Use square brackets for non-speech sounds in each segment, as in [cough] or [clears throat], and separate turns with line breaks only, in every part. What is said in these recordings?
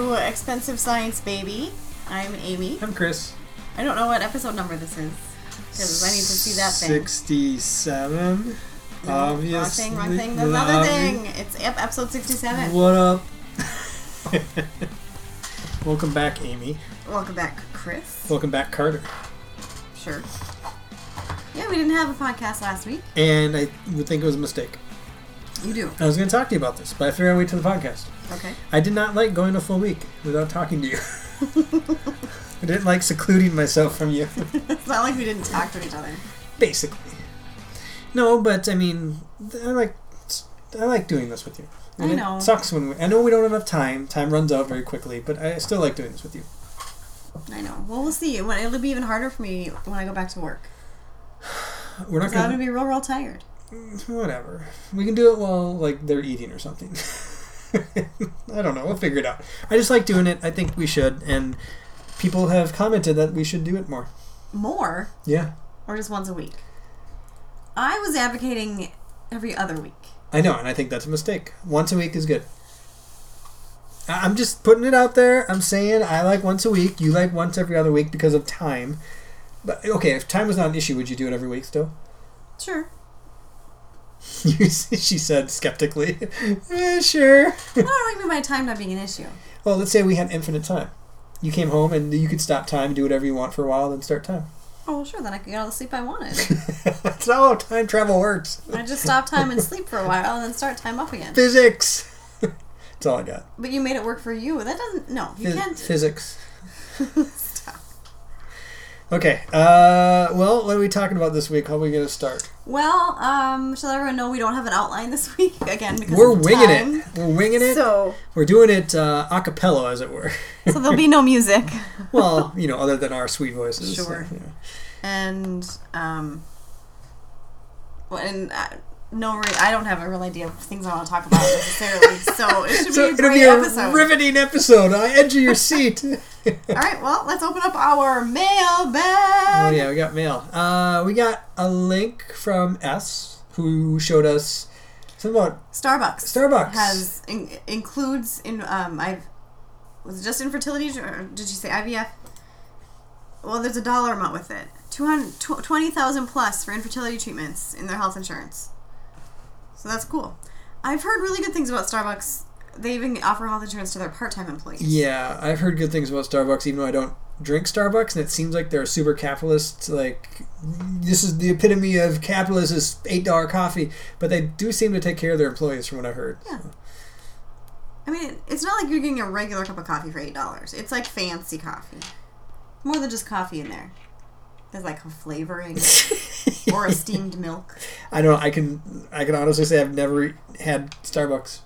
Defensive Science Baby. I'm Amy.
I'm Chris.
I don't know what episode number this is because I need to see that thing.
67.
No, Wrong
obviously.
thing, wrong thing. There's another
obvi-
thing. It's ep- episode 67.
What up? Welcome back, Amy.
Welcome back, Chris.
Welcome back, Carter.
Sure. Yeah, we didn't have a podcast last week.
And I would think it was a mistake.
You do.
I was going to talk to you about this, but I figured I'd wait till the podcast.
Okay. [laughs]
I did not like going a full week without talking to you. [laughs] I didn't like secluding myself from you,
it's not like we didn't talk to each other.
basically. No, but I mean, I like I like doing this with you.
I
And
know.
It sucks when we, I know we don't have enough time. Time runs out very quickly, but I still like doing this with you.
I know. Well, we'll see. When- It'll be even harder for me when I go back to work.
We're not
'Cause I'm
gonna
going to be real, real tired.
whatever. We can do it while like they're eating or something. [laughs] I don't know. We'll figure it out. I just like doing it. I think we should, and people have commented that we should do it more.
More
Yeah,
or just once a week. I was advocating every other week.
I know, and I think that's a mistake. Once a week is good. I- I'm just putting it out there. I'm saying I like once a week. You like once every other week because of time. But okay, if time was not an issue, would you do it every week still? [laughs]
Sure.
You see, she said skeptically. [laughs] "Eh, sure.
I don't like my time not being an issue.
Well, let's say we had infinite time. You came home and you could stop time, do whatever you want for a while, then start time. [laughs]
Oh, well, sure, then I could get all the sleep I wanted.
That's not how time travel works.
I just stop time and sleep for a while and then start time up again.
Physics. [laughs] That's all I got.
But you made it work for you. That doesn't. No, you
Phys-
can't.
Physics.
[laughs] Stop.
Okay. Uh, well, what are we talking about this week? How are we gonna start?
Well, um, shall everyone know we don't have an outline this [laughs] week again because
We're
of
winging
time.
it. We're winging it.
So,
We're doing it uh, a cappella, as it were.
so there'll be no music,
[laughs] well, you know, other than our sweet voices. so,
Sure.
yeah.
and um, well, and uh, no, re- I don't have a real idea of things I want to talk about necessarily. so it should
So
be a
it'll
great
be a
episode.
riveting episode. I edge of your seat. [laughs]
All right, well, let's open up our mailbag.
Oh yeah, we got mail. Uh, we got a link from S who showed us something about
Starbucks.
Starbucks.
has in, includes in um I've was it just infertility or did you say IVF? Well, there's a dollar amount with it. 200 tw- 20,000 plus for infertility treatments in their health insurance. So that's cool. I've heard really good things about Starbucks. They even offer health insurance to their part-time employees.
yeah, I've heard good things about Starbucks, even though I don't drink Starbucks, and it seems like they're a super capitalist. Like this is the epitome of capitalist is eight dollar coffee, but they do seem to take care of their employees, from what I heard.
Yeah. I mean, it- it's not like you're getting a regular cup of coffee for $8. It's like fancy coffee. More than just coffee in there. There's like a flavoring or a steamed milk.
I don't. know, I can. I can honestly say I've never had Starbucks.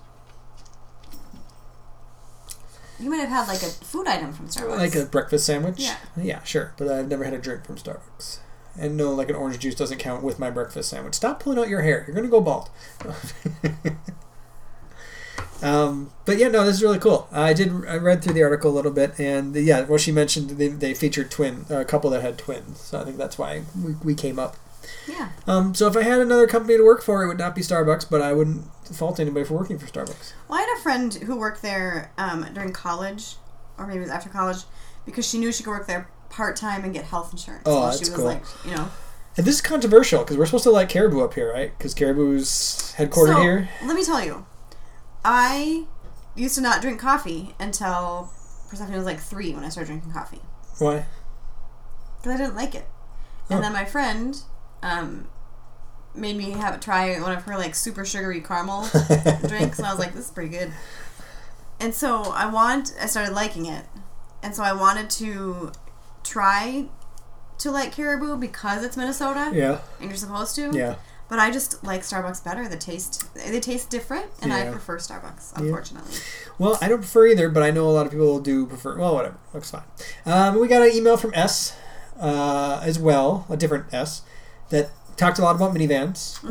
You might have had like a food item from Starbucks.
Like a breakfast sandwich?
Yeah.
Yeah, sure. But I've never had a drink from Starbucks. And no, like an orange juice doesn't count with my breakfast sandwich. Stop pulling out your hair. You're going to go bald. [laughs] um, but yeah, no, this is really cool. I did, I read through the article a little bit. And yeah, well, she mentioned they, they featured twin, a couple that had twins. So I think that's why we, we came up.
yeah.
Um, so if I had another company to work for, it would not be Starbucks, but I wouldn't fault anybody for working for Starbucks.
Well, I had a friend who worked there um, during college, or maybe it was after college, because she knew she could work there part time and get health insurance.
Oh,
while she
that's
was
cool.
like, you know.
And this is controversial because we're supposed to like Caribou up here, right? Because Caribou's headquartered
So,
here.
Let me tell you, I used to not drink coffee until Persephone was like three when I started drinking coffee
Why?
because I didn't like it.
Oh.
And then my friend um, made me have try one of her like super sugary
[laughs]
caramel drinks, and I was like, "This is pretty good." And so I want, I started liking it, and so I wanted to try to like Caribou because it's Minnesota
yeah,
and you're supposed to.
yeah.
But I just like Starbucks better. The taste, they taste different, and I
Yeah.
prefer Starbucks, unfortunately.
Well, I don't prefer either, but I know a lot of people do prefer. Well, whatever, looks fine. Um, we got an email from S uh, as well, a different S that talked a lot about minivans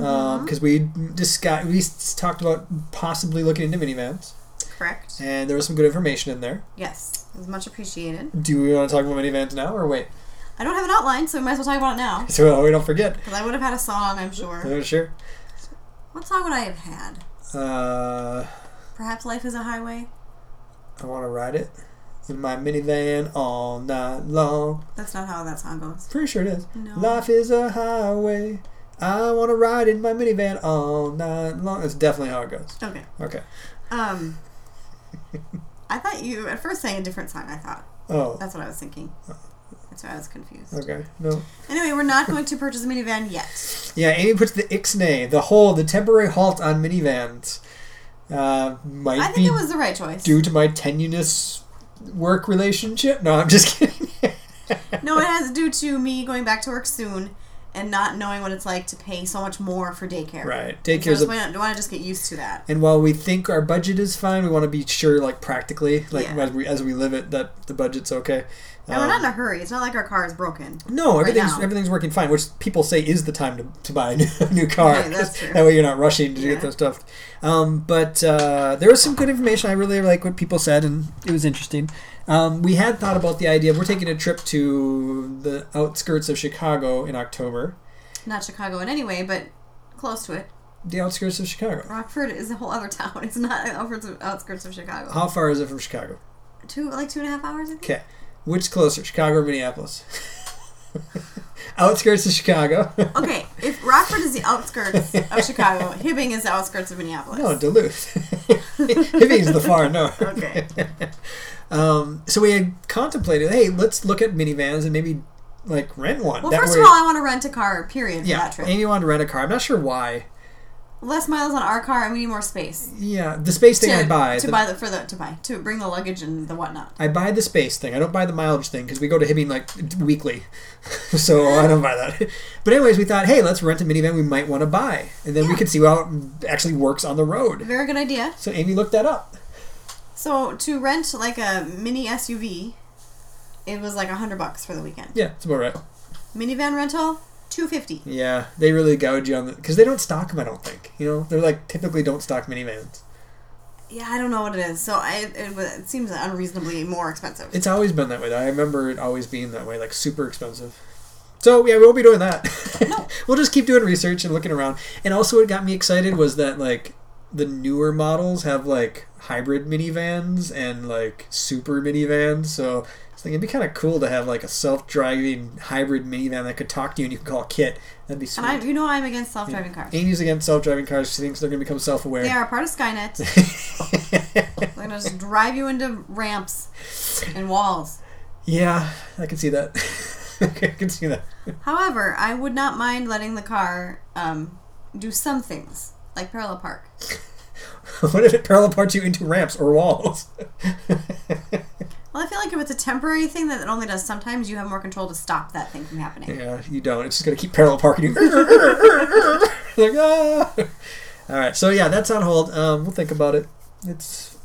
because we discussed we s- talked about possibly looking into minivans,
Correct.
and there was some good information in there.
Yes, it's much appreciated.
Do we want to talk about minivans now or wait? [laughs]
I don't have an outline, so we might as well talk about it now
So we don't forget.
because I would have had a song, I'm sure.
Uh, sure.
What song would I have had?
Uh,
Perhaps life is a highway.
I want to ride it. in my minivan all night long.
That's not how that song goes.
Pretty sure it is.
No.
Life is a highway. I want to ride in my minivan all night long. That's definitely how it goes.
Okay.
Okay.
Um, I thought you at first sang a different song. I thought
Oh.
that's what I was thinking. That's why I was confused.
Okay. No.
Anyway, we're not going to purchase a minivan yet.
Yeah, Amy puts the ixnay, the whole, the temporary halt on minivans. Uh, might
I think
be
it was the right choice.
due to my tenuous work relationship. No, I'm just [laughs] kidding.
No, it has due to me going back to work soon and not knowing what it's like to pay so much more for daycare.
right.
So I
Daycare's
just
a
want to just get used to that.
and while we think our budget is fine, we want to be sure, like practically, like
Yeah.
as we as we live it, that the budget's okay.
And
Um,
we're not in a hurry. It's not like our car is broken.
No, everything's
now.
everything's working fine, which people say is the time to, to buy a new, [laughs] a new car.
Right,
[laughs]
that's true.
That way you're not rushing to
Yeah.
get that stuff. Um, but uh, there was some good information. I really like what people said, and it was interesting. Um, we had thought about the idea. We're taking a trip to the outskirts of Chicago in October.
Not Chicago in any way, but close to it.
The outskirts of Chicago.
Rockford is a whole other [laughs] town. It's not outskirts of, outskirts of Chicago.
How far is it from Chicago?
Two like two and a half hours. I think.
Okay, which closer, Chicago or Minneapolis? [laughs] outskirts of Chicago. [laughs]
Okay, if Rockford is the outskirts of Chicago, Hibbing is the outskirts of Minneapolis.
No, Oh, Duluth. [laughs] Hibbing's the far north. [laughs]
Okay.
Um, so we had contemplated, hey, let's look at minivans and maybe like rent one.
Well,
That
first
way-
of all, I want to rent a car. Period. For
yeah,
that trip.
Amy wanted to rent a car. I'm not sure why.
Less miles on our car, and we need more space
Yeah, the space thing I
to,
buy.
to
the-
buy the for the to buy to bring the luggage and the whatnot.
I buy the space thing. I don't buy the mileage thing because we go to Hibbing like weekly, [laughs] so I don't buy that. [laughs] But anyways, we thought, hey, let's rent a minivan we might want to buy, and then we
Yeah.
could see how it actually works on the road.
Very good idea.
So Amy looked that up.
So to rent like a mini SUV, it was like a hundred bucks for the weekend.
Yeah, it's about right.
Minivan rental, two fifty.
Yeah, they really gouge you on the because they don't stock them. I don't think you know they're like typically don't stock minivans.
Yeah, I don't know what it is. So I it, wa- it seems unreasonably more expensive.
It's always been that way. Though. I remember it always being that way, like super expensive. So yeah, we won't be doing that.
No.
[laughs] we'll just keep doing research and looking around. And also, what got me excited was that like the newer models have like hybrid minivans and like super minivans. So I was thinking it'd be kind of cool to have like a self-driving hybrid minivan that could talk to you and you can call Kit. That'd be sweet.
And I, you know, I'm against self-driving cars.
Amy's against self-driving cars. She thinks they're going to become self-aware.
They are a part of Skynet. They're gonna just drive you into ramps and walls.
[laughs] Yeah, I can see that. [laughs] I can see that.
However, I would not mind letting the car um, do some things, like parallel park.
[laughs] what if it parallel parts you into ramps or walls? [laughs]
Well, I feel like if it's a temporary thing that it only does sometimes, you have more control to stop that thing from happening.
yeah, you don't. It's just gonna keep parallel parking you. [laughs] like ah. All right, so yeah, that's on hold. Um, we'll think about it. It's,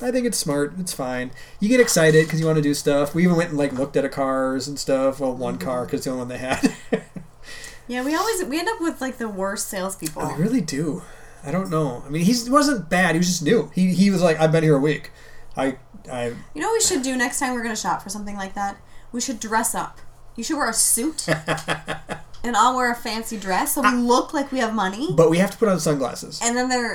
I think it's smart. It's fine. You get excited because you want to do stuff. We even went and like looked at a cars and stuff. Well, one car because the only one they had. [laughs]
Yeah, we always we end up with like the worst salespeople.
I really do. I don't know. I mean, he's, he wasn't bad. He was just new. He he was like, I've been here a week. I I
You know what we should do next time we're gonna shop for something like that? We should dress up. You should wear a suit. and I'll wear a fancy dress so we look like we have money.
But we have to put on sunglasses.
And then
[laughs]
they're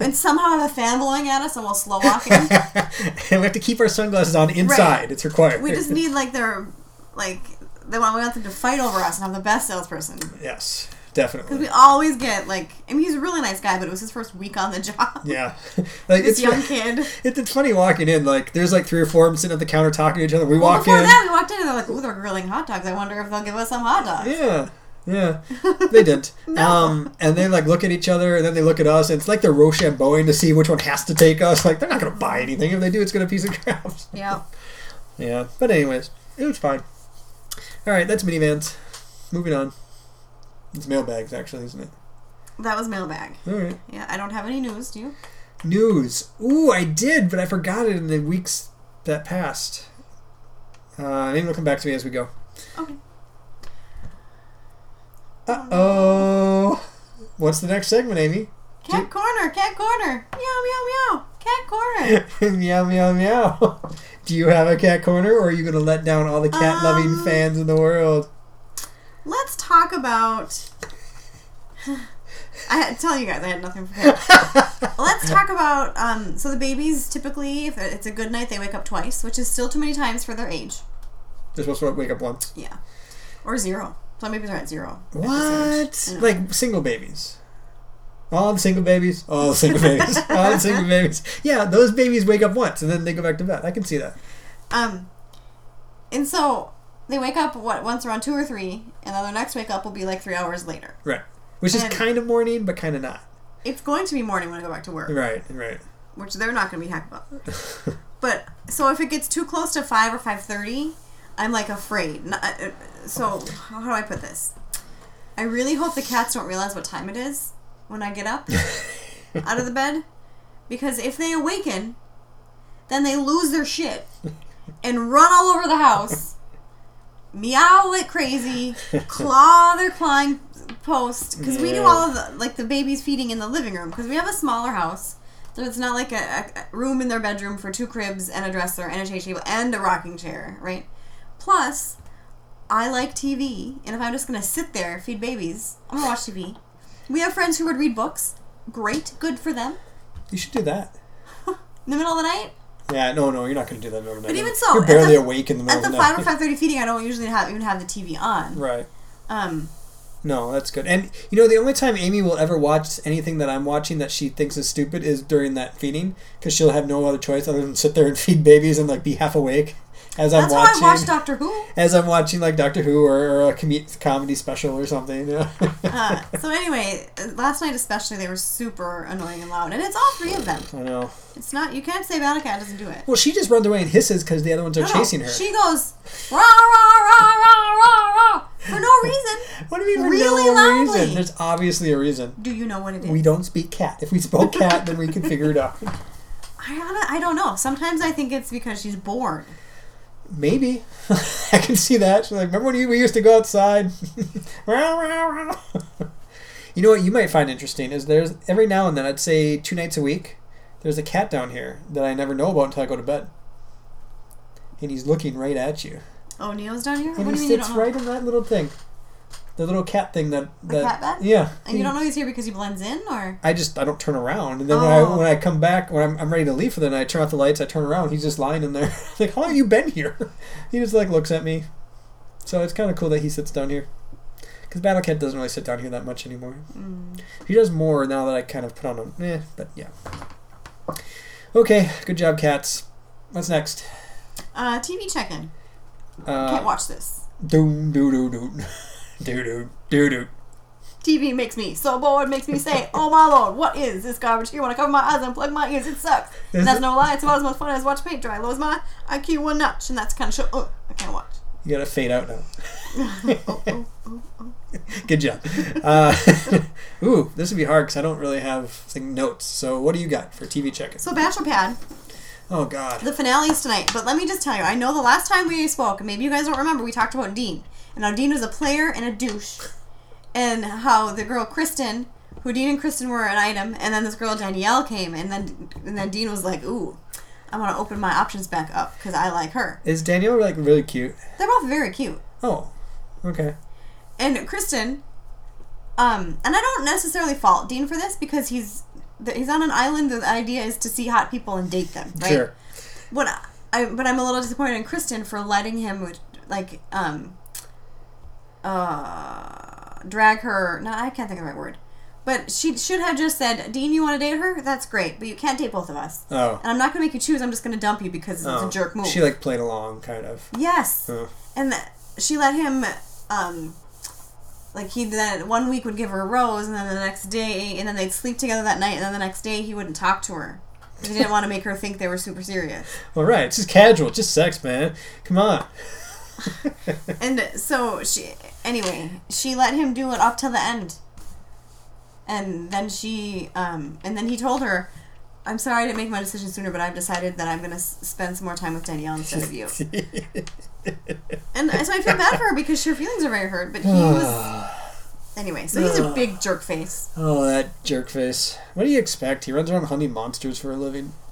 and somehow have a fan blowing at us and we'll slow walk in.
[laughs] and we have to keep our sunglasses on inside.
Right.
It's required.
We just need like their like they want we want them to fight over us and have the best salesperson.
yes,
[laughs]
definitely.
We always get like I mean he's a really nice guy, but it was his first week on the [laughs] job.
yeah, [laughs] like
This
it's [laughs]
young kid.
It, it's funny walking in. Like there's like three or four of them sitting at the counter talking to each other. We
Well,
walk
before
in.
that, we walked in and they're like, "Ooh, they're grilling hot dogs. I wonder if they'll give us some hot dogs."
yeah, yeah,
[laughs]
they didn't. Um, and they like look at each other, and then they look at us. And it's like they're Rochambeauing to see which one has to take us. Like they're not gonna buy anything. If they do, it's gonna be a piece of crap.
Yeah.
yeah, but anyways, it was fine. All right, that's minivans. Moving on. It's mailbags, actually, isn't it?
That was mailbag.
All right.
Yeah, I don't have any news. Do you?
News. Ooh, I did, but I forgot it in the weeks that passed. Uh, maybe it'll come back to me as we go.
Okay.
Uh oh. What's the next segment, Amy? [laughs]
Cat
Do-
corner. Cat corner. Meow meow meow. Cat corner.
meow, meow, meow. [laughs] Do you have a cat corner, or are you going to let down all the cat loving
Um, [laughs]
fans in the world?
Let's talk about I had to tell you guys, I had nothing prepared. Let's talk about. Um, so the babies typically, if it's a good night, they wake up twice, which is still too many times for their age.
They're supposed to wake up once.
Yeah, or zero. Some babies are at zero. at this
What?
age. I know.
Like single babies. All the single babies. All
[laughs]
the single babies. All the single babies. Yeah, those babies wake up once and then they go back to bed. I can see that.
Um, and so they wake up what once around two or three, and then their next wake up will be like three hours later.
Right. Which is
And-
kind of morning, but kind of not.
It's going to be morning when I go back to work,
Right, right.
which they're not going to be happy about. But so if it gets too close to five or five thirty, I'm like afraid. N- uh, uh, So how do I put this? I really hope the cats don't realize what time it is when I get up [laughs] out of the bed, because if they awaken, then they lose their shit and run all over the house, meow like crazy, claw their clawing post. Because we do all of the like the babies feeding in the living room because we have a smaller house. So it's not like a, a- a room in their bedroom for two cribs and a dresser and a change table and a rocking chair, right? Plus, I like TV, and if I'm just gonna sit there feed babies, I'm gonna watch TV. We have friends who would read books. Great, good for them.
[laughs] you should do that.
In the middle of the night,
Yeah, no, no, you're not going to do that in the middle of the
But
night.
even so,
you're
at
barely
the-
awake in the middle
at
of the
the five or
[laughs] night.
five thirty feeding, I don't usually have even have the TV on.
right.
Um,
No, that's good. And you know, the only time Amy will ever watch anything that I'm watching that she thinks is stupid is during that feeding, because she'll have no other choice other than sit there and [laughs] feed babies and like be half awake as I'm
that's why I uh,
watching.
watch Doctor Who.
as I'm watching like Doctor Who or, or a com- comedy special or something. Yeah. [laughs]
Uh, so anyway, uh, last night especially, they were super annoying and loud, and it's all three of them.
I know.
It's not you can't say Battle Cat doesn't do it.
Well, she just runs away and hisses because the other ones are
No, no.
chasing her.
She goes rah rah rah rah rah rah for
[laughs]
no reason.
what do you mean? for
really
no
loudly.
reason? There's obviously a reason.
Do you know what it is?
We don't speak cat. If we spoke cat, then we could figure it out.
I don't, I don't know. Sometimes I think it's because she's bored.
Maybe. [laughs] I can see that. She's like, remember when you, we used to go outside? [laughs] Row, row, row. you know what you might find interesting is there's every now and then, I'd say two nights a week, there's a cat down here that I never know about until I go to bed. And he's looking right at you.
Oh, Neo's down here.
And
what do you mean
he
you
sits
don't know?
right in that little thing. The little cat thing that. that
cat bed?
Yeah.
And you don't know he's here because he blends in, or
I just I don't turn around, and then when
Oh.
I when I come back when I'm, I'm ready to leave for the night, I turn off the lights. I turn around, he's just lying in there. [laughs] like, how long have you been here? [laughs] He just like looks at me. So it's kind of cool that he sits down here, because Battle Cat doesn't really sit down here that much anymore.
Mm.
He does more now that I kind of put on him. Eh, but yeah. Okay, good job, cats. What's next?
uh, TV check-in. Can't
Uh,
watch this.
doom doo doo doo [laughs] doo doo doo doo.
TV makes me so bored. Makes me say, "Oh my lord, what is this garbage here?" When I cover my eyes and plug my ears, it sucks.
Is
And that's
it-
no lie. It's about as much fun as watch paint dry. Lowers my IQ one notch, and that's kind of show. Oh, I can't watch.
You gotta fade out now.
[laughs] Oh, oh, oh, oh.
Good job. Uh, [laughs] ooh, this would be hard because I don't really have thing notes. So what do you got for TV check-in?
So Bachelor Pad.
Oh God.
The finale's tonight, but let me just tell you, I know the last time we spoke, and maybe you guys don't remember, we talked about Dean. And how Dean was a player and a douche. And how the girl Kristen, who Dean and Kristen were an item, and then this girl Danielle came, and then and then Dean was like, ooh, I want to open my options back up because I like her.
Is Danielle like really cute?
They're both very cute.
Oh, okay.
And Kristen, um, and I don't necessarily fault Dean for this because he's he's on an island. The idea is to see hot people and date them, right?
Sure.
what I, I but I'm a little disappointed in Kristen for letting him like um uh drag her no I can't think of the right word but she should have just said Dean you want to date her that's great but you can't date both of us
Oh.
and I'm not gonna make you choose I'm just gonna dump you because it's
oh.
a jerk move
She like played along, kind of.
yes
Oh.
and th- she let him um like he then one week would give her a rose and then the next day and then they'd sleep together that night and then the next day he wouldn't talk to her 'Cause he didn't want to make her think they were super serious
All right. It's just casual. It's just sex, man. Come on. [laughs]
And so she, anyway, she let him do it up till the end. And then she, um, and then he told her, "I'm sorry I didn't make my decision sooner, but I've decided that I'm gonna s- spend some more time with Danielle instead of
[laughs]
you." and so I feel bad for her because her feelings are very hurt. But he was
[sighs]
anyway. So he's a big jerk face.
oh, that jerk face. What do you expect? He runs around hunting monsters for a living. [laughs]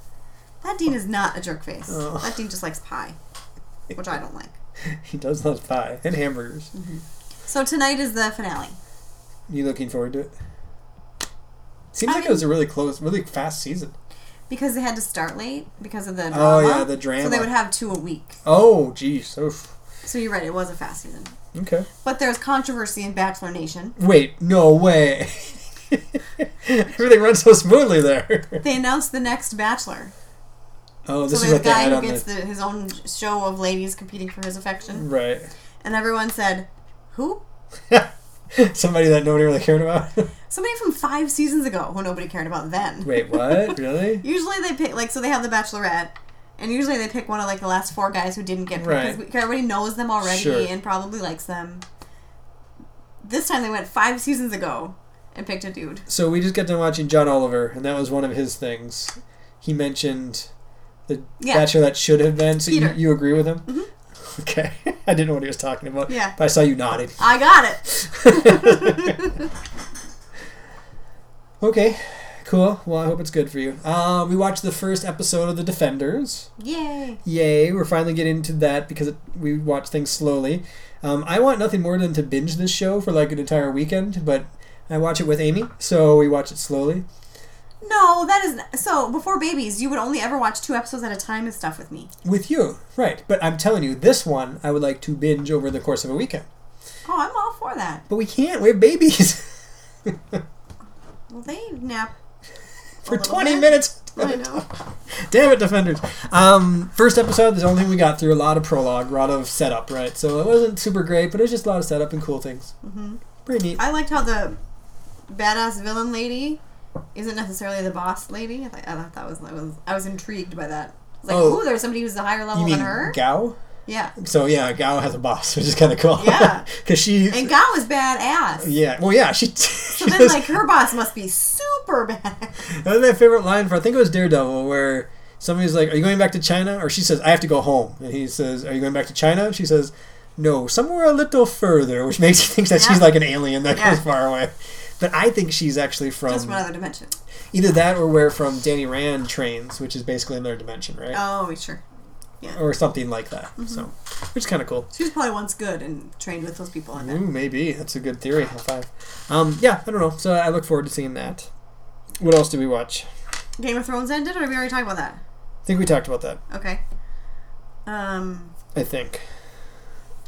That Dean is not a jerk
[sighs]
face.
Oh.
That Dean just likes pie, which I don't like.
He does love pie and hamburgers.
So tonight is the finale.
You looking forward to it? Seems
I
like it
mean-
was a really close, really fast season.
because they had to start late because of the drama.
Oh, yeah, the drama.
So they would have two a week.
Oh, geez. Oof.
So you're right, it was a fast season.
Okay.
But there's controversy in Bachelor Nation.
Wait, no way. [laughs] Everything runs so
[laughs]
smoothly there.
They announced the next Bachelor. So
Oh, this is
there's a
what they
guy
had
who
on
gets
the.
the, his own show of ladies competing for his affection,
Right.
and everyone said, "Who?"
[laughs] Somebody that nobody really cared about. [laughs]
Somebody from five seasons ago who nobody cared about then.
Wait, what? really?
[laughs] Usually they pick like so they have the Bachelorette, and usually they pick one of like the last four guys who didn't get picked
Right.
'cause we- 'cause everybody knows them already
Sure.
and probably likes them. This time they went five seasons ago and picked a dude.
So we just got done watching John Oliver, and that was one of his things. He mentioned the
Yeah.
bachelor that should have been. So you,
Peter. Mm-hmm.
you agree with him? [laughs] Okay. I didn't know what he was talking about.
Yeah.
But I saw you nodding.
I got it.
[laughs] Okay. Cool. Well, I hope it's good for you. Uh, we watched the first episode of The Defenders.
Yay!
Yay. We're finally getting into that because it, we watch things slowly. Um, I want nothing more than to binge this show for like an entire weekend, but I watch it with Amy, so we watch it slowly.
No, that is not, so. Before babies, you would only ever watch two episodes at a time and stuff with me.
With you, right. But I'm telling you, this one I would like to binge over the course of a weekend.
Oh, I'm all for that.
But we can't. We have babies [laughs]
Well, they nap a
for
little
20
bit.
minutes.
I know.
[laughs] Damn it, Defenders. Um, first episode, there's only thing we got through a lot of prologue, a lot of setup, right? So it wasn't super great, but it was just a lot of setup and cool things. Mm-hmm. Pretty neat.
I liked how the badass villain lady isn't necessarily the boss lady. I thought, I thought that was, I was I was intrigued by that. It's like,
Oh.
oh, there's somebody who's a higher level
You mean
than her.
Gao?
yeah,
So yeah, Gao has a boss, [laughs] which is kind of cool. [laughs]
Yeah.
because she.
and Gao was badass.
yeah, well, yeah, she. [laughs] So
But then, like, her boss must be super badass.
That was my favorite line for I think it was Daredevil where somebody's like, "Are you going back to China?" Or she says, "I have to go home," and he says, "Are you going back to China?" She says, "No, somewhere a little further," which makes you think that she's
Yeah.
like an alien that
Yeah.
goes far away. But I think she's
[laughs]
actually
Just one
from
other dimension.
either that or where from Danny Rand trains, which is basically another dimension, right?
Oh, sure. Oh.
Or something like that.
Mm-hmm.
So, which is kind of cool.
She was probably once good and trained with those people. I bet.
Ooh, maybe that's a good theory. High five. Um, yeah, I don't know. So I look forward to seeing that. What else did we watch?
Game of Thrones ended, or did we already talk about that?
I think we talked about that.
Okay. Um,
I think.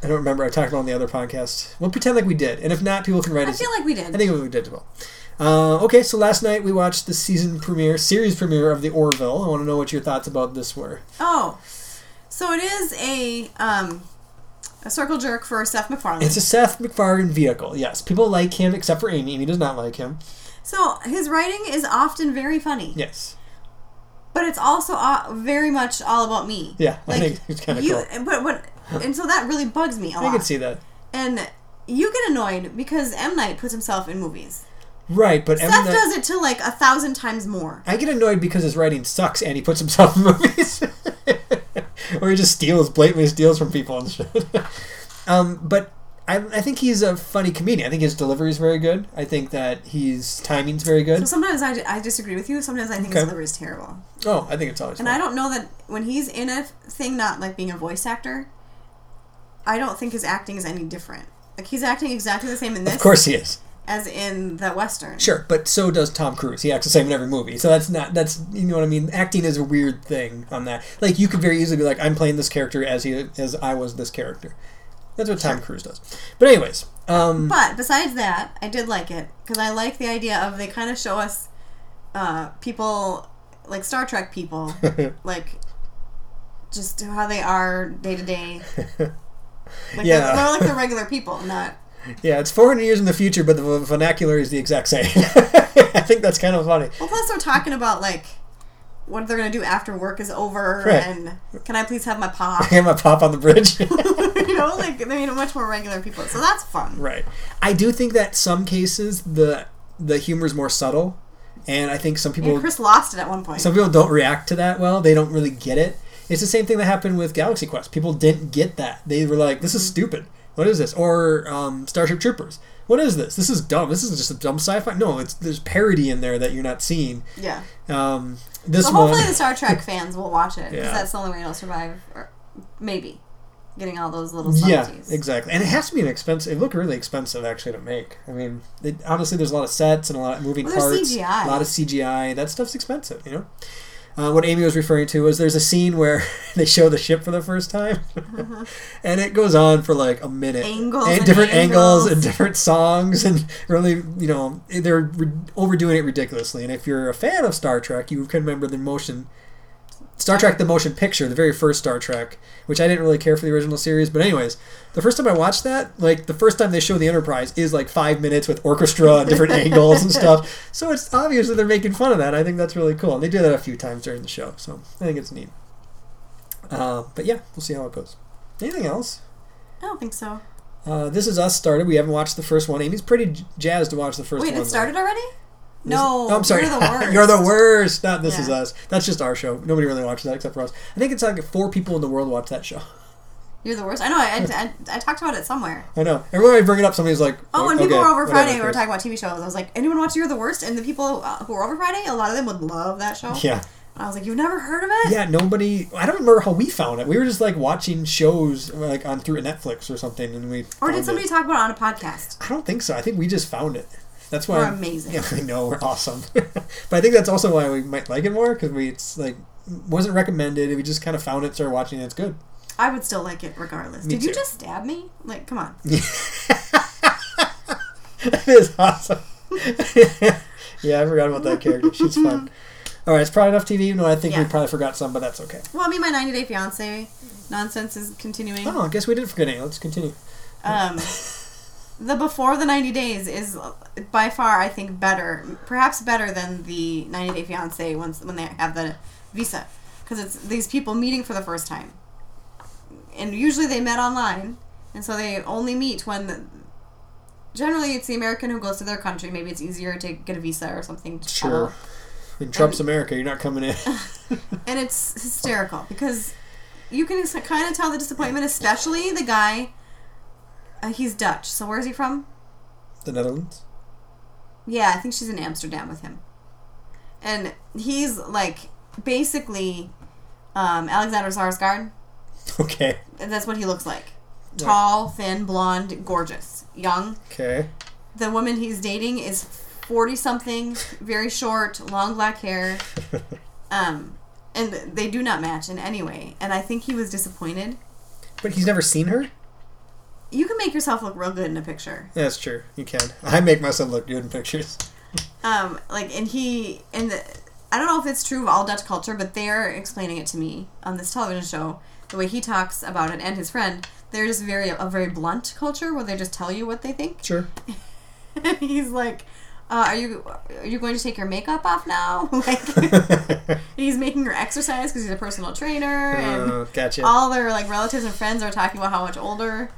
I don't remember. I talked about it on the other podcast. We'll pretend like we did, and if not, people can write
I
us.
feel like we
I
did.
think we did as well. Uh, okay, so last night we watched the season premiere, series premiere of the Orville. I want to know what your thoughts about this were.
Oh, so it is a um, a circle jerk for Seth MacFarlane.
It's a Seth MacFarlane vehicle. Yes, people like him except for Amy. Amy does not like him.
So his writing is often very funny,
Yes.
but it's also uh, very much all about me.
Yeah, I
like
think it's kind of
you.
cool.
and- But what? And so that really bugs me a
I
lot.
can see that.
And you get annoyed because M Night puts himself in movies.
Right, but Emma,
Seth does it to like a thousand times more.
I get annoyed because his writing sucks and he puts himself in [laughs] movies. or he just steals, blatantly steals from people and shit. [laughs] um, but I, I think he's a funny comedian. I think his delivery is very good. I think that his timing's very
So
good.
sometimes I, I disagree with you. Sometimes I think his
Okay.
delivery is terrible.
Oh, I think it's always
And I
fun.
don't know that when he's in a thing, not like being a voice actor, I don't think his acting is any different. Like he's acting exactly the same in
Of
this
course he is.
as in the western.
Sure, but so does Tom Cruise. He acts the same in every movie. So that's not that's you know what I mean. Acting is a weird thing on that. Like you could very easily be like, I'm playing this character as he as I was this character. That's what Tom Cruise does. But anyways, um,
But besides that, I did like it because I like the idea of they kind of show us uh, people like Star Trek
[laughs]
people, like just how they are day to
[laughs]
day. Like
Yeah.
they're, they're like the regular people, not
Yeah, it's 400 years in the future, but the v- vernacular is the exact same. [laughs] I think that's kind of funny.
Well, plus they're talking about like what they're gonna do after work is over,
Right.
and can I please have my pop? [laughs]
Him a pop on the bridge. [laughs]
you know, like they mean much more regular people, so that's fun.
right. I do think that some cases the the humor is more subtle, and I think some
I mean,
people
Chris lost it at one point.
some people don't react to that well. They don't really get it. It's the same thing that happened with Galaxy Quest. People didn't get that. They were like, "This is stupid. What is this?" Or um, Starship Troopers. What is this? This is dumb. This is just a dumb sci-fi. No, it's there's parody in there that you're not seeing.
yeah.
Um, this
So
one. [laughs]
hopefully the Star Trek fans will watch it because
Yeah.
that's the only way it'll survive. Or maybe. getting all those little
Yeah,
subtleties.
exactly. And it has to be an expensive. It looked really expensive actually to make. I mean, it, honestly, there's a lot of sets and a lot of moving
Well, there's
parts,
CGI.
a lot of CGI. That stuff's expensive, you know. Uh, what Amy was referring to was there's a scene where [laughs] they show the ship for the first time, Uh-huh. and it goes on for like a minute,
Angles
and,
and
different
angles.
and different songs, and really, you know, they're re- overdoing it ridiculously. And if you're a fan of Star Trek, you can remember the motion Star Trek the Motion Picture, the very first Star Trek, which I didn't really care for the original series, but anyways, the first time I watched that, like the first time they show the Enterprise is like five minutes with orchestra
[laughs]
and different angles and stuff. So it's obvious that they're making fun of that. I think that's really cool. And they do that a few times during the show, so I think it's neat. Uh, but yeah, we'll see how it goes. Anything else?
I don't think so.
Uh, this is us started. We haven't watched the first one. Amy's pretty j- jazzed to watch the first
Wait,
one.
it
though.
started already?
This- Oh,
No,
I'm sorry.
You're the
[laughs]
worst.
worst. Not this is
Yeah.
us. That's just our show. Nobody really watches that except for us. I think it's like four people in the world watch that show.
You're the worst. I know. I, I, I, I talked about it somewhere.
I know. Every time I bring it up, somebody's like,
Oh, and
okay,
people were over
whatever,
Friday. We were
Chris."
talking about TV shows. I was like, anyone watch You're the Worst? And the people uh, who were over Friday, a lot of them would love that show.
Yeah,
And I was like, you've never heard of it?
yeah. Nobody. I don't remember how we found it. We were just like watching shows like on through Netflix or something, and we.
Or
found
did somebody
It.
talk about it on a podcast?
I don't think so. I think we just found it. That's why
We're amazing.
Yeah, I know we're
[laughs]
awesome. but I think that's also why we might like it more because we it's like wasn't recommended. We just kind of found it, started watching it. It's good. [laughs]
I would still like it regardless.
Me
did you
too.
just stab me? Like, come on.
that is awesome. [laughs] yeah, I forgot about that character. She's
[laughs]
fun. All right, it's probably enough TV. No, I think we
Yeah.
probably forgot some, but that's okay.
Well, I mean, my 90 Day Fiance nonsense is continuing.
Oh, I guess we didn't forget any. Let's continue.
Um, the Before the 90 Days is by far, I think, better, perhaps better than the 90 Day Fiance once when they have the visa, because it's these people meeting for the first time, and usually they met online, and so they only meet when. The, generally, it's the American who goes to their country. Maybe it's easier to get a visa or something. To travel.
Sure. Uh, In Trump's
Um,
America, you're not coming in.
[laughs]
[laughs]
and it's hysterical because you can kind of tell the disappointment, especially the guy. Uh, he's Dutch, so where's he from?
the Netherlands.
Yeah, I think she's in Amsterdam with him, and he's like basically um, Alexander Sarsgaard.
Okay.
That's what he looks like: tall, thin, blonde, gorgeous, young.
Okay. [laughs]
The woman he's dating is forty something, very short, long black hair. Um, and they do not match in any way. And I think he was disappointed.
But he's never seen her.
You can make yourself look real good in a picture.
That's true. You can. I make myself look good in pictures.
Um, like, and he, and the, I don't know if it's true of all Dutch culture, but they're explaining it to me on this television show. The way he talks about it and his friend, they're just very a very blunt culture where they just tell you what they think.
Sure.
[laughs] And he's like, uh, "Are you are you going to take your makeup off now?" [laughs] like,
[laughs] uh,
he's making her exercise because he's a personal trainer, and
Oh, gotcha.
all their like relatives and friends are talking about how much older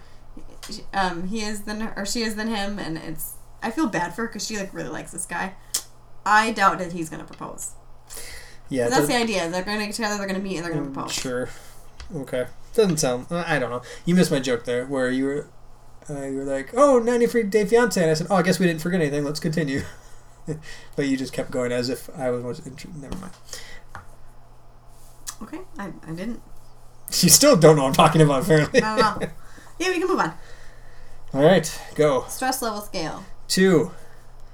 um, he is than or she is than him, and it's I feel bad for her because she like really likes this guy. I doubt that he's gonna propose.
yeah.
But that's
the-
the idea. They're gonna get together. They're gonna meet and they're
Mm,
gonna propose.
Sure. Okay. Doesn't sound. uh, I don't know. You missed my joke there, where you were, uh, you were like, "Oh, 93 Day Fiance," and I said, "Oh, I guess we didn't forget anything. Let's continue." [laughs] but you just kept going as if I was. was intru- Never mind. [laughs]
Okay, I, I didn't.
You still don't know what I'm talking about, apparently.
I don't know. yeah, we can move on.
[laughs] All right, go
Stress level scale.
two.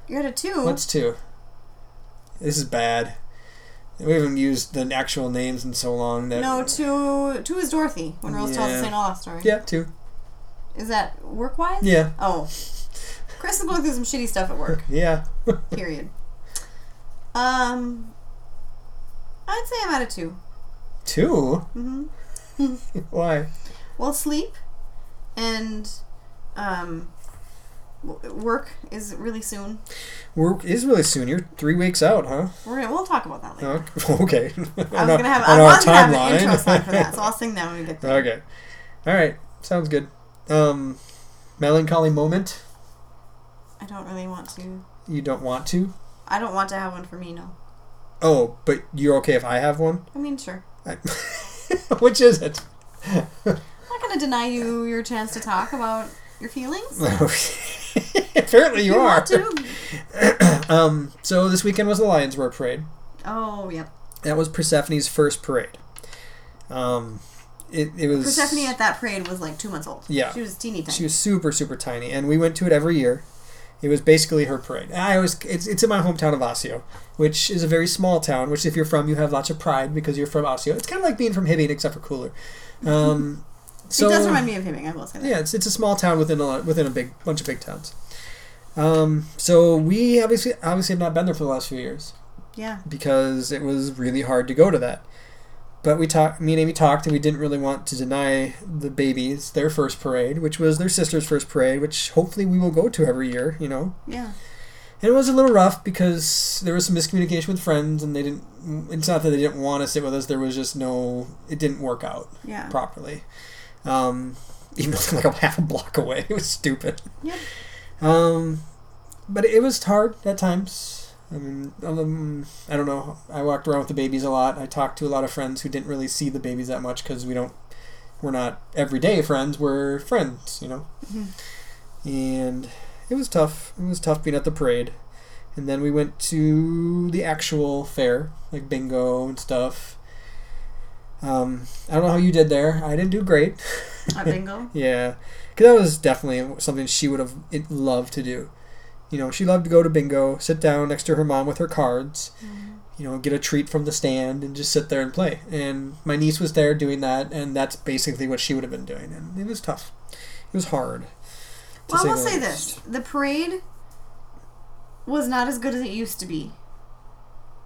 You're at a two.
What's two? This is bad. We haven't used the actual names in so long. That
no, two. Two is Dorothy when Rose tells the
Yeah.
St. Olaf story.
Yeah, two.
Is that work wise?
Yeah, [laughs]
Oh, Chris is going through some shitty stuff at work.
yeah. [laughs]
Period. Um, I'd say I'm at a two.
2
Mhm.
Why?
Well, sleep and um, w- work is really soon.
Work is really soon. You're three weeks out, huh?
We're gonna, we'll talk about that later.
[laughs] Okay.
I was gonna have I was gonna have an intro song for that, so I'll sing that when we get there.
[laughs] okay. All right. Sounds good. Um, melancholy moment.
I don't really want to.
You don't want to.
I don't want to have one for me. No,
Oh, but you're okay if I have one.
I mean sure.
I- [laughs] Which is it? [laughs]
I'm not gonna deny you your chance to talk about your feelings.
Apparently, you,
If
are.
want to.
Um. So this weekend was the Lions Roar Parade.
Oh yep.
That was Persephone's first parade. Um, it, it was
Persephone at that parade was like two months old.
Yeah.
She was teeny tiny.
She was super, super tiny, and we went to it every year. It was basically her parade. I was it's it's in my hometown of Osseo, which is a very small town. Which, if you're from, you have lots of pride because you're from Osseo. It's kind of like being from Hibbing, except for cooler.
[laughs]
Um, so
it does remind me of Hibbing, I will say that.
yeah, it's it's a small town within a lot, within a big bunch of big towns. Um, so we obviously obviously have not been there for the last few years
Yeah.
because it was really hard to go to that. But we talked, me and Amy talked, and we didn't really want to deny the babies their first parade, which was their sister's first parade, which hopefully we will go to every year, you know.
Yeah.
And it was a little rough because there was some miscommunication with friends, and they didn't, it's not that they didn't want to sit with us, there was just no, it didn't work out
Yeah.
properly. Um, [laughs] even though they're like a half a block away, it was stupid.
Yep.
Um, but it was hard at times. I mean, um, I don't know. I walked around with the babies a lot. I talked to a lot of friends who didn't really see the babies that much because we don't, we're not everyday friends. We're friends, you know.
Mhm.
And it was tough. It was tough being at the parade. And then we went to the actual fair, like bingo and stuff. Um, I don't know how you did there. I didn't do great. [laughs]
At bingo.
Yeah, because that was definitely something she would have it- loved to do. You know, she loved to go to bingo, sit down next to her mom with her cards,
Mm-hmm.
you know, get a treat from the stand, and just sit there and play. And my niece was there doing that, and that's basically what she would have been doing. And it was tough. It was hard. to
Well, I will
the
say
least.
this: the parade was not as good as it used to be.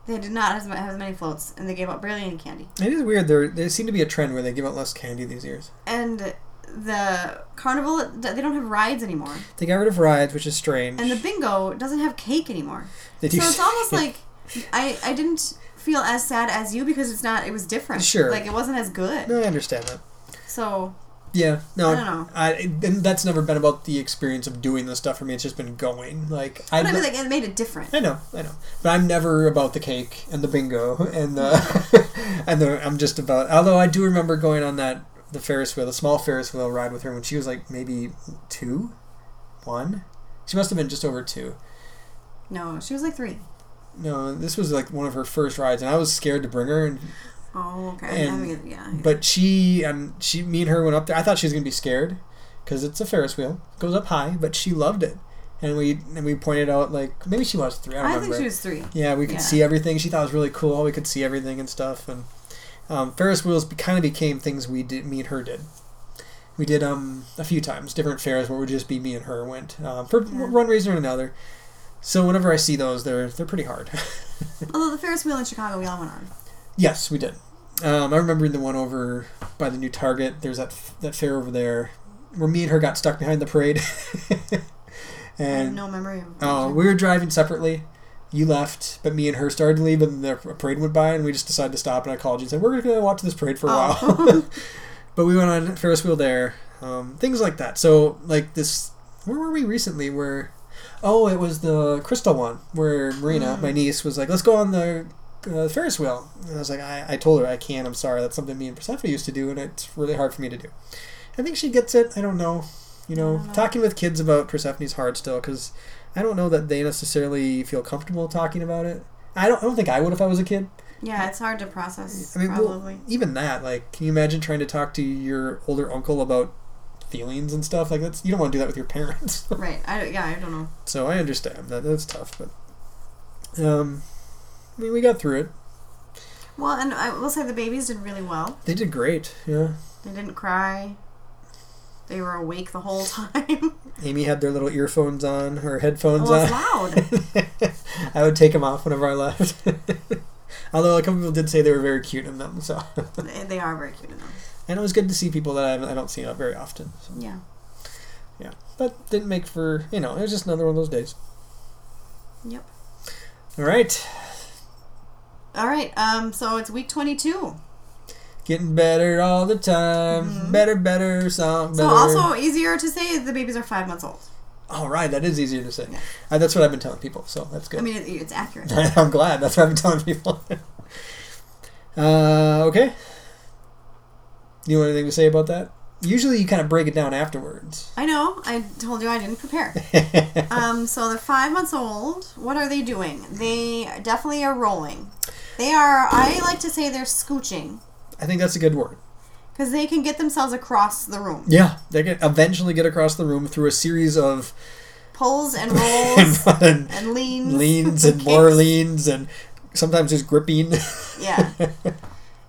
They did not have as ma- have as many floats, and they gave out barely any candy.
It is weird. There, there seemed to be a trend where they give out less candy these years.
And the carnival, they don't have rides anymore,
They got rid of rides, which is strange.
and the bingo doesn't have cake anymore.
They
So
do-
it's almost like I I didn't feel as sad as you because it's not it was different.
Sure.
like it wasn't as good.
no, I understand that.
So
Yeah, no,
I don't know.
I, and that's never been about the experience of doing this stuff for me. It's just been going. Like I,
but I mean, like it made it different.
I know, I know, but I'm never about the cake and the bingo and the [laughs] and the. I'm just about. Although I do remember going on that the Ferris wheel, the small Ferris wheel ride with her when she was like maybe two, one. She must have been just over two.
No, she was like three.
No, this was like one of her first rides, and I was scared to bring her. And,
Oh, okay. I
And-
mean, yeah.
but she and she, me and her went up there. I thought she was gonna be scared because it's a Ferris wheel, goes up high, but she loved it. And we and we pointed out like maybe she was three. I don't
I
remember.
think she was three.
Yeah, we could
Yeah.
see everything. She thought it was really cool. We could see everything and stuff. And um, Ferris wheels kind of became things we did. Me and her did. We did um a few times different fairs where it would just be me and her went um, for one reason or another. So whenever I see those, they're they're pretty hard. [laughs]
Although the Ferris wheel in Chicago, we all went on.
yes, we did. Um, I remember the one over by the new Target. There's that f- that fair over there where me and her got stuck behind the parade. [laughs]
I have
and
no memory of
Oh, we were driving separately. You left, but me and her started to leave, and the parade went by, and we just decided to stop. And I called you and said, "We're going to watch this parade
Oh.
for a
[laughs]
while." but we went on Ferris wheel there, um, things like that. So, like this, where were we recently? Where, oh, it was the crystal one where Marina,
Mm.
my niece, was like, "Let's go on the uh, Ferris wheel." And I was like, I, "I told her I can't. I'm sorry. That's something me and Persephone used to do, and it's really hard for me to do." I think she gets it. I don't know. You know,
don't know.
talking with kids about Persephone's hard still because I don't know that they necessarily feel comfortable talking about it. I don't. I don't think I would if I was a kid.
Yeah, it's hard to process.
I mean, well,
probably.
Even that, like, can you imagine trying to talk to your older uncle about feelings and stuff? Like, that's you don't want to do that with your parents. [laughs]
right. I yeah. I don't know.
so I understand that that's tough, but um, I mean, we got through it.
Well, and I will say the babies did really well.
They did great. Yeah.
They didn't cry. They were awake the whole [laughs] time.
Amy had their little earphones on, her headphones [laughs]
well, it's
on.
loud.
I would take them off whenever I left. [laughs] Although a couple people did say they were very cute in them, so [laughs]
They- they are very cute in them.
and it was good to see people that I, haven't- I don't see out very often. So
Yeah.
yeah, but didn't make for you know it was just another one of those days.
Yep.
All right,
All right. Um. So it's week twenty-two.
getting better all the time, better, better, song,
Mm-hmm. So
better.
also easier to say the babies are five months old.
all right, that is easier to say.
Yeah.
Uh, that's what I've been telling people, so that's good.
I mean, it, it's accurate.
[laughs] I'm glad that's what I've been telling people. [laughs] uh, okay, you want anything to say about that? Usually, you kind of break it down afterwards.
I know. I told you I didn't prepare. um, so they're five months old. What are they doing? They definitely are rolling. They are. I like to say they're scooching
I think that's a good word.
because they can get themselves across the room.
Yeah, they can eventually get across the room through a series of [laughs]
Pulls and rolls
and
and leans,
leans and
[laughs] kicks.
more leans and sometimes just gripping. [laughs]
Yeah,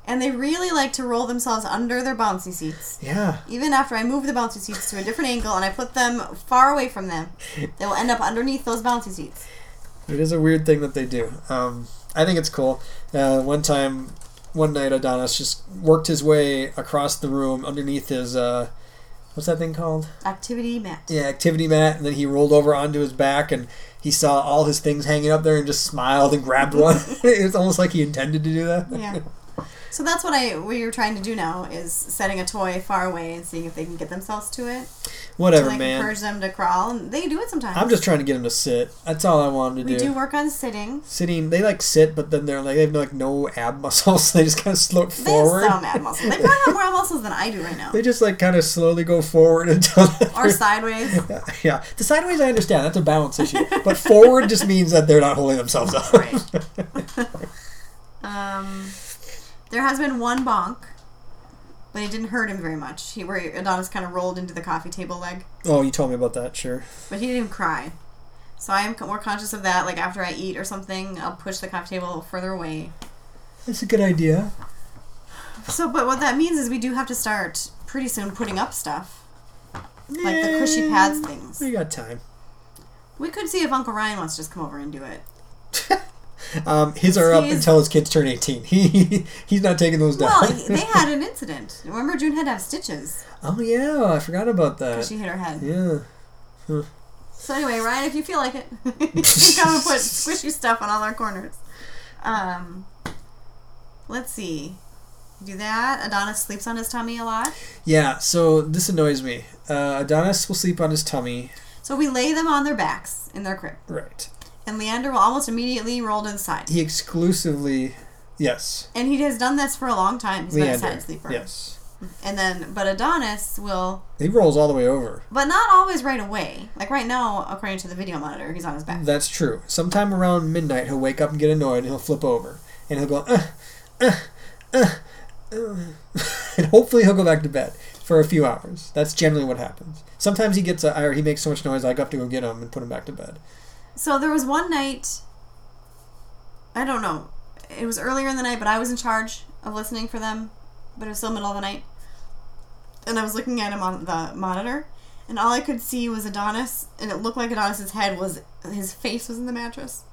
and they really like to roll themselves under their bouncy seats.
yeah,
Even after I move the bouncy seats to a different angle and I put them far away from them, they will end up underneath those bouncy seats.
it is a weird thing that they do. Um, I think it's cool. Uh, one time, one night, Adonis just worked his way across the room underneath his uh, what's that thing called?
Activity mat.
yeah, activity mat, and then he rolled over onto his back and he saw all his things hanging up there and just smiled and grabbed one.
[laughs]
[laughs] it was almost like he intended to do that. [laughs]
Yeah. So that's what I we are trying to do now is setting a toy far away and seeing if they can get themselves to it.
Whatever,
like
man.
encourage them to crawl, and they do it sometimes.
I'm just trying to get him to sit. That's all I wanted to
we
do.
do work on sitting.
Sitting, they like sit, but then they're like they have like no ab [laughs] muscles. They just kind of slope
They have
forward.
some ab muscles. They probably have more ab muscles than I do right
[laughs]
now.
They just like kind of slowly go forward [laughs] until.
Or sideways.
[laughs] yeah, the sideways I understand. That's a balance issue, but forward just means that they're not holding themselves up.
Right. Um, there has been one bonk, but it didn't hurt him very much. He where Adonis kind of rolled into the coffee table leg,
[laughs] oh, you told me about that. Sure.
but he didn't even cry. So I am co- more conscious of that. Like after I eat or something, I'll push the coffee table further away.
That's a good idea.
So, but what that means is we do have to start pretty soon putting up stuff like the cushy pads things.
We got time. [laughs]
We could see if Uncle Ryan wants to just come over and do
[laughs]
it.
Um, his are up
He's-
until his kids turn 18. [laughs] He he's not taking those down.
Well, they had an incident. Remember, June had to have stitches
[laughs] oh yeah, I forgot about that.
because she hit her head.
yeah.
So anyway, Ryan, if you feel like it, [laughs]
[laughs]
you can come and put squishy stuff on all our corners. Um, let's see. Do that. Adonis sleeps on his tummy a lot,
Yeah, so this annoys me. Uh, Adonis will sleep on his tummy.
so we lay them on their backs in their crib,
Right.
and Leander will almost immediately roll to the side.
He exclusively yes.
And he has done this for a long time. He's been a
Leander.
side sleeper.
Yes.
And then, but Adonis will,
He rolls all the way over.
but not always right away. Like right now, according to the video monitor, he's on his back.
That's true. Sometime around midnight, he'll wake up and get annoyed, and he'll flip over, and he'll go, uh, uh, uh, uh," [laughs] and hopefully he'll go back to bed for a few hours. That's generally what happens. Sometimes he gets, a, or he makes so much noise, I have to go get him and put him back to bed.
So there was one night, I don't know, it was earlier in the night, but I was in charge of listening for them, but it was still middle of the night. And I was looking at him on the monitor, and all I could see was Adonis, and it looked like Adonis's head was, his face was in the mattress.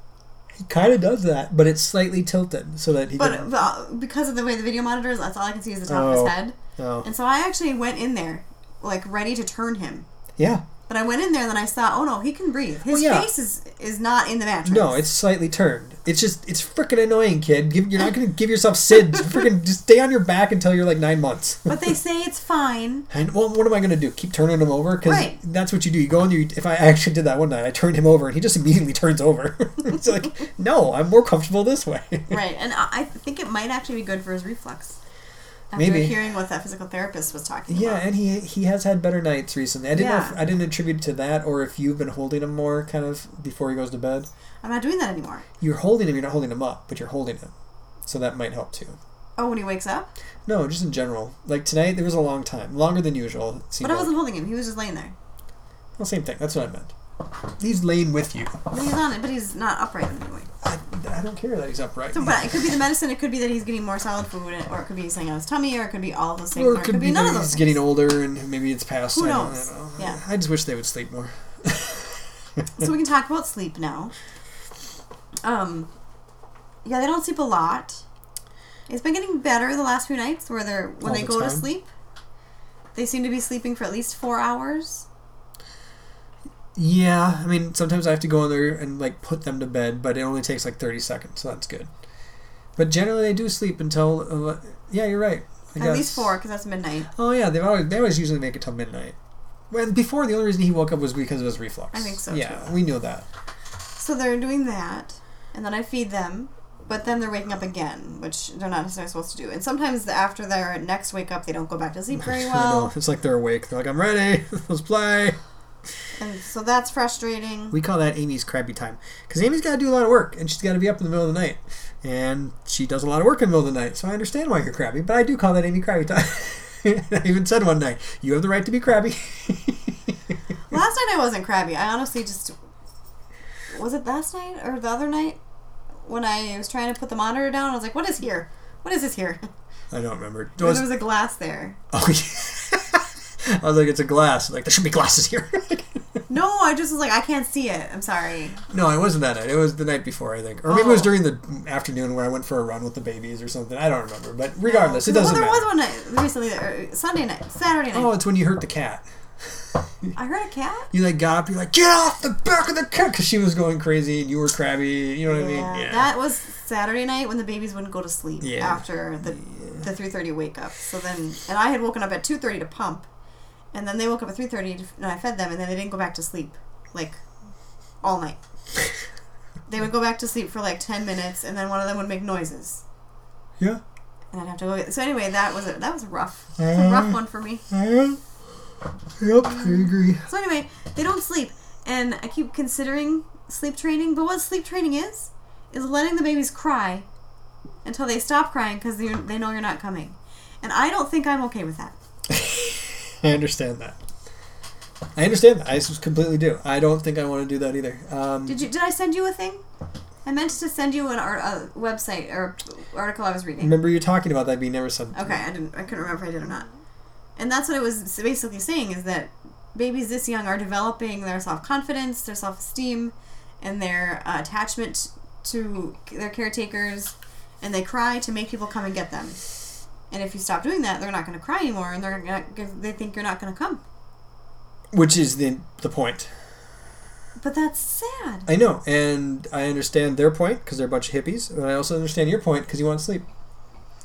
He kind of does that, but it's slightly tilted so that he.
But,
can,
but because of the way the video monitor is, that's all I can see is the top of
Oh.
his head.
oh.
And so I actually went in there, like ready to turn him.
yeah,
But I went in there and then I saw, oh no, he can breathe. His
Well, yeah.
face is, is not in the mattress.
no, it's slightly turned. It's just, it's freaking annoying, kid. Give, you're not gonna give yourself SIDS. freaking, just stay on your back until you're like nine months.
[laughs] But they say it's fine.
[laughs] And well, what am I going to do? Keep turning him over because
Right.
that's what you do. You go in there. you- If I actually did that one night, I turned him over, and he just immediately [laughs] turns over. it's like, no, I'm more comfortable this way. [laughs]
Right, and I I think it might actually be good for his reflux. After
Maybe.
hearing what that physical therapist was talking
yeah,
about.
and he he has had better nights recently. I didn't know if,
Yeah.
I didn't attribute to that or if you've been holding him more, kind of before he goes to bed.
I'm not doing that anymore.
You're holding him. You're not holding him up, but you're holding him, so that might help too.
Oh, when he wakes up?
No, just in general. Like tonight, there was a long time, longer than usual. It seemed
But I
like.
wasn't holding him. He was just laying there.
Well, same thing. That's what I meant. He's laying with you.
But he's on it, but he's not upright in any way.
I, I don't care that he's upright.
So, but it could be the medicine. It could be that he's getting more solid food, or it could be he's laying on his tummy, or it could be all those things,
Or it could be,
none
that
of
he's
those.
getting older and maybe it's past.
Who
I don't- I
knows?
don't know.
Yeah.
I just wish they would sleep more.
so we can talk about sleep now. Um, yeah, they don't sleep a lot. It's been getting better the last few nights, where they're when
All
they
the
go to
time?
sleep, they seem to be sleeping for at least four hours.
Yeah, I mean, sometimes I have to go in there and like put them to bed, but it only takes like 30 seconds, so that's good. But generally, they do sleep until. Uh, yeah, you're right. I
At
guess.
least four, because that's midnight.
Oh yeah, they always they always usually make it till midnight. Well, before the only reason he woke up was because of his reflux.
I think so,
Yeah, we knew that.
So they're doing that, and then I feed them, but then they're waking up again, which they're not necessarily supposed to do. And sometimes the- after their next wake up, they don't go back to sleep very
[laughs] I
well,
know. It's like they're awake. They're like, "I'm ready. [laughs] Let's play."
and so that's frustrating.
We call that Amy's crappy time because Amy's got to do a lot of work and she's got to be up in the middle of the night, and she does a lot of work in the middle of the night. So I understand why you're crabby, but I do call that Amy crappy time. [laughs] I even said one night, you have the right to be crabby. [laughs]
Last night I wasn't crabby. I honestly just was it last night or the other night when I was trying to put the monitor down. I was like, "What is here? What is this here?" [laughs]
I don't remember. It
There
was-
was a glass there.
oh, yeah. [laughs] I was like, it's a glass. Like, there should be glasses here. [laughs]
No, I just was like, I can't see it. I'm sorry.
no, it wasn't that night. It was the night before, I think. Or maybe it
Oh.
was during the afternoon where I went for a run with the babies or something. I don't remember. But regardless, it
Well,
doesn't
there
matter.
was one night recently, that- or Sunday night, Saturday night.
Oh, it's when you hurt the cat.
I heard a cat.
You like got up, you're like, get off the back of the cat because she was going crazy and you were crabby. You know what I mean? Yeah.
that was Saturday night when the babies wouldn't go to sleep
Yeah.
after the the three thirty wake up. So then, and I had woken up at two thirty to pump, and then they woke up at three thirty, and I fed them, and then they didn't go back to sleep, like all
[laughs]
night. they would go back to sleep for like ten minutes, and then one of them would make noises,
yeah.
and I'd have to go. Get, so anyway, that was a, that was rough, It's
Mm.
a rough one for me.
Yep, I agree.
So anyway, they don't sleep, and I keep considering sleep training. But what sleep training is, is letting the babies cry until they stop crying because they they know you're not coming. And I don't think I'm okay with that.
I understand that. I understand that. I s- completely do. I don't think I want to do that either. Um,
Did you? Did I send you a thing? I meant to send you an art, a website or article I was reading.
remember you talking about that, but you never said.
Okay, I didn't. I couldn't remember if I did or not. And that's what it was basically saying is that babies this young are developing their self confidence, their self esteem, and their uh, attachment to their caretakers, and they cry to make people come and get them. And if you stop doing that, they're not going to cry anymore, and they're not, they think you're not going to come.
Which is the the point.
But that's sad.
I know, and I understand their point because they're a bunch of hippies, and I also understand your point because you want sleep.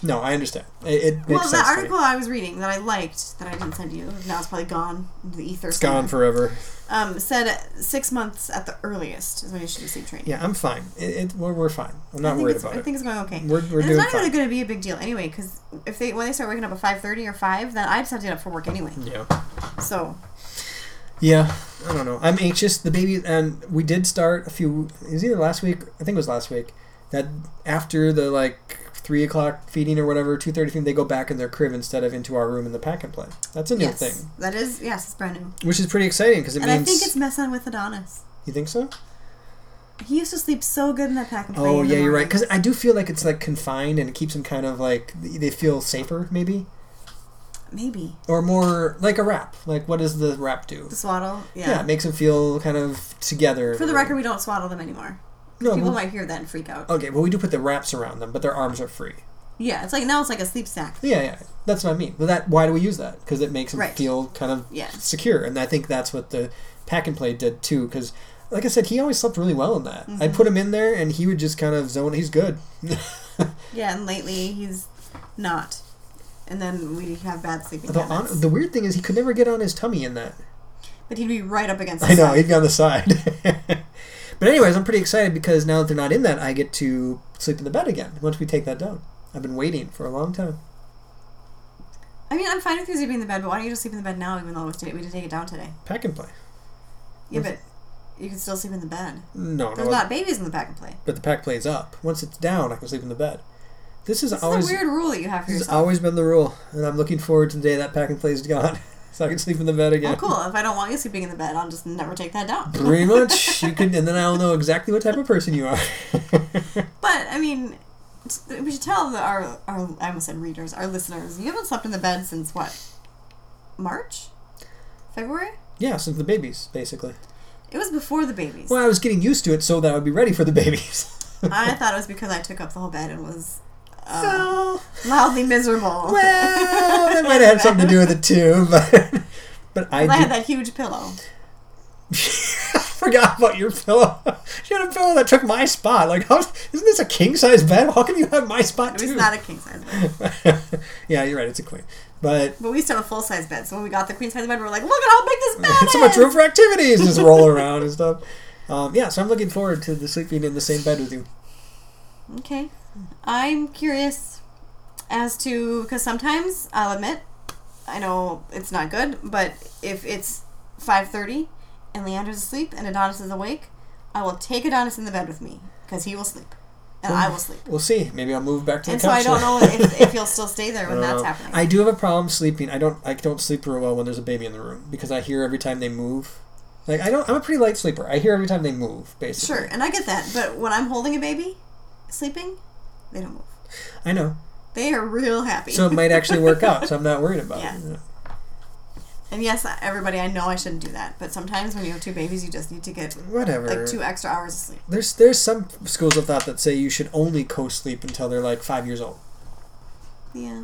No, I understand. It, it makes
Well,
sense.
the
to me.
article I was reading that I liked that I didn't send you now it's probably gone into the ether.
It's gone forever.
Um, said six months at the earliest is when you should be sleep trained.
Yeah, I'm fine. It, it, we're, we're fine. I'm not
I think
worried
it's,
about
I
it.
think it's going okay.
We're- we're
and
doing
it's not
fine.
even going to be a big deal anyway, because if they when they start waking up at five thirty or five, then I just have to get up for work anyway.
yeah.
So
Yeah, I don't know. I'm anxious. The baby and we did start a few. It was either last week. I think it was last week. That after the like three o'clock feeding or whatever, two thirty feeding, they go back in their crib instead of into our room in the pack and play. That's a new
yes,
thing,
that is yes, it's brand new.
which is pretty exciting because it
And
means
I think it's messing with Adonis.
you think so.
He used to sleep so good in that pack and play.
Oh
in the
yeah, you're right.
morning.
Because I do feel like it's like confined and it keeps them kind of like they feel safer maybe
maybe
or more like a wrap. Like what does the wrap do?
the swaddle. Yeah.
Yeah, it makes them feel kind of together.
For the record, we don't swaddle them anymore.
no,
People
we-
might hear that and freak out.
okay, well we do put the wraps around them, but their arms are free.
Yeah, it's like now it's like a sleep sack.
Yeah, yeah. That's what I mean. But that why do we use that? Because it makes them
Right.
feel kind of
Yeah.
secure, and I think that's what the pack and play did too. Because like I said, he always slept really well in that. I
Mm-hmm.
put him in there, and he would just kind of zone.
[laughs]
He's good.
Yeah, and lately he's not. And then we have bad sleeping
Although on,
habits.
the weird thing is, he could never get on his tummy in
[laughs]
that.
but he'd be right up against.
I know
the
he'd be on the side. [laughs] but anyways, I'm pretty excited because now that they're not in that, I get to sleep in the bed again once we take that down. I've been waiting for a long time.
I mean, I'm fine with you sleeping in the bed, but why don't you just sleep in the bed now, even though we did we did take it down today?
Pack and play.
Yeah, but you can still sleep in the bed.
No,
There's
no.
not babies in the pack and play.
But the pack plays up. Once it's down, I can sleep in the bed. This Oh, is
This
always
is a weird rule that you have for
This has
yourself.
always been the rule, and I'm looking forward to the day that pack and play is gone, [laughs] so I can sleep in the bed again.
Oh, cool. If I don't want you sleeping in the bed, I'll just never take that down.
Pretty much, you can, and then I'll know exactly what type of
[laughs]
person you are.
But I mean, it's- we should tell the, our our I almost said readers, our listeners. You haven't slept in the bed since what? March, February.
yeah, since the babies, basically.
It was before the babies.
Well, I was getting used to it so that I would be ready for the babies. [laughs]
I thought it was because I took up the whole bed and was uh,
well,
loudly miserable. [laughs]
well, that might have had something to do with it too, [laughs] but but I,
I
did, [laughs]
had that huge pillow.
forgot about your pillow. [laughs] you had a pillow that took my spot. Like, how, isn't this a king size bed? How can you have my spot
It
too?
was not a king size bed.
[laughs] yeah, you're right. It's a queen, but
But we used to have a full size bed, so when we got the queen size bed, we were like, look at how big this bed is.
so much room for activities just roll around and stuff um, yeah so i'm looking forward to the sleeping in the same bed with you
Okay, I'm curious as to because sometimes I'll admit, I know it's not good, but if it's five thirty and Leander's asleep and Adonis is awake, I will take Adonis in the bed with me because he will sleep. and I will
[laughs]
sleep.
We'll see. Maybe I'll move back to
And
the
so I don't
couch. [laughs]
know if, if you'll still stay there when that's
Uh,
happening.
I do have a problem sleeping. I don't. I don't sleep real well when there's a baby in the room because I hear every time they move. Like I don't. I'm a pretty light sleeper. I hear every time they move. Basically,
sure, and I get that, but when I'm holding a baby, sleeping, they don't move.
I know.
They are real happy.
So it might actually work out. So I'm not worried about
Yeah.
it. you know.
and yes, everybody, I know I shouldn't do that, but sometimes when you have two babies, you just need to get
Whatever.
like two extra hours of sleep.
There's there's some schools of thought that say you should only co-sleep until they're like five years old.
Yeah.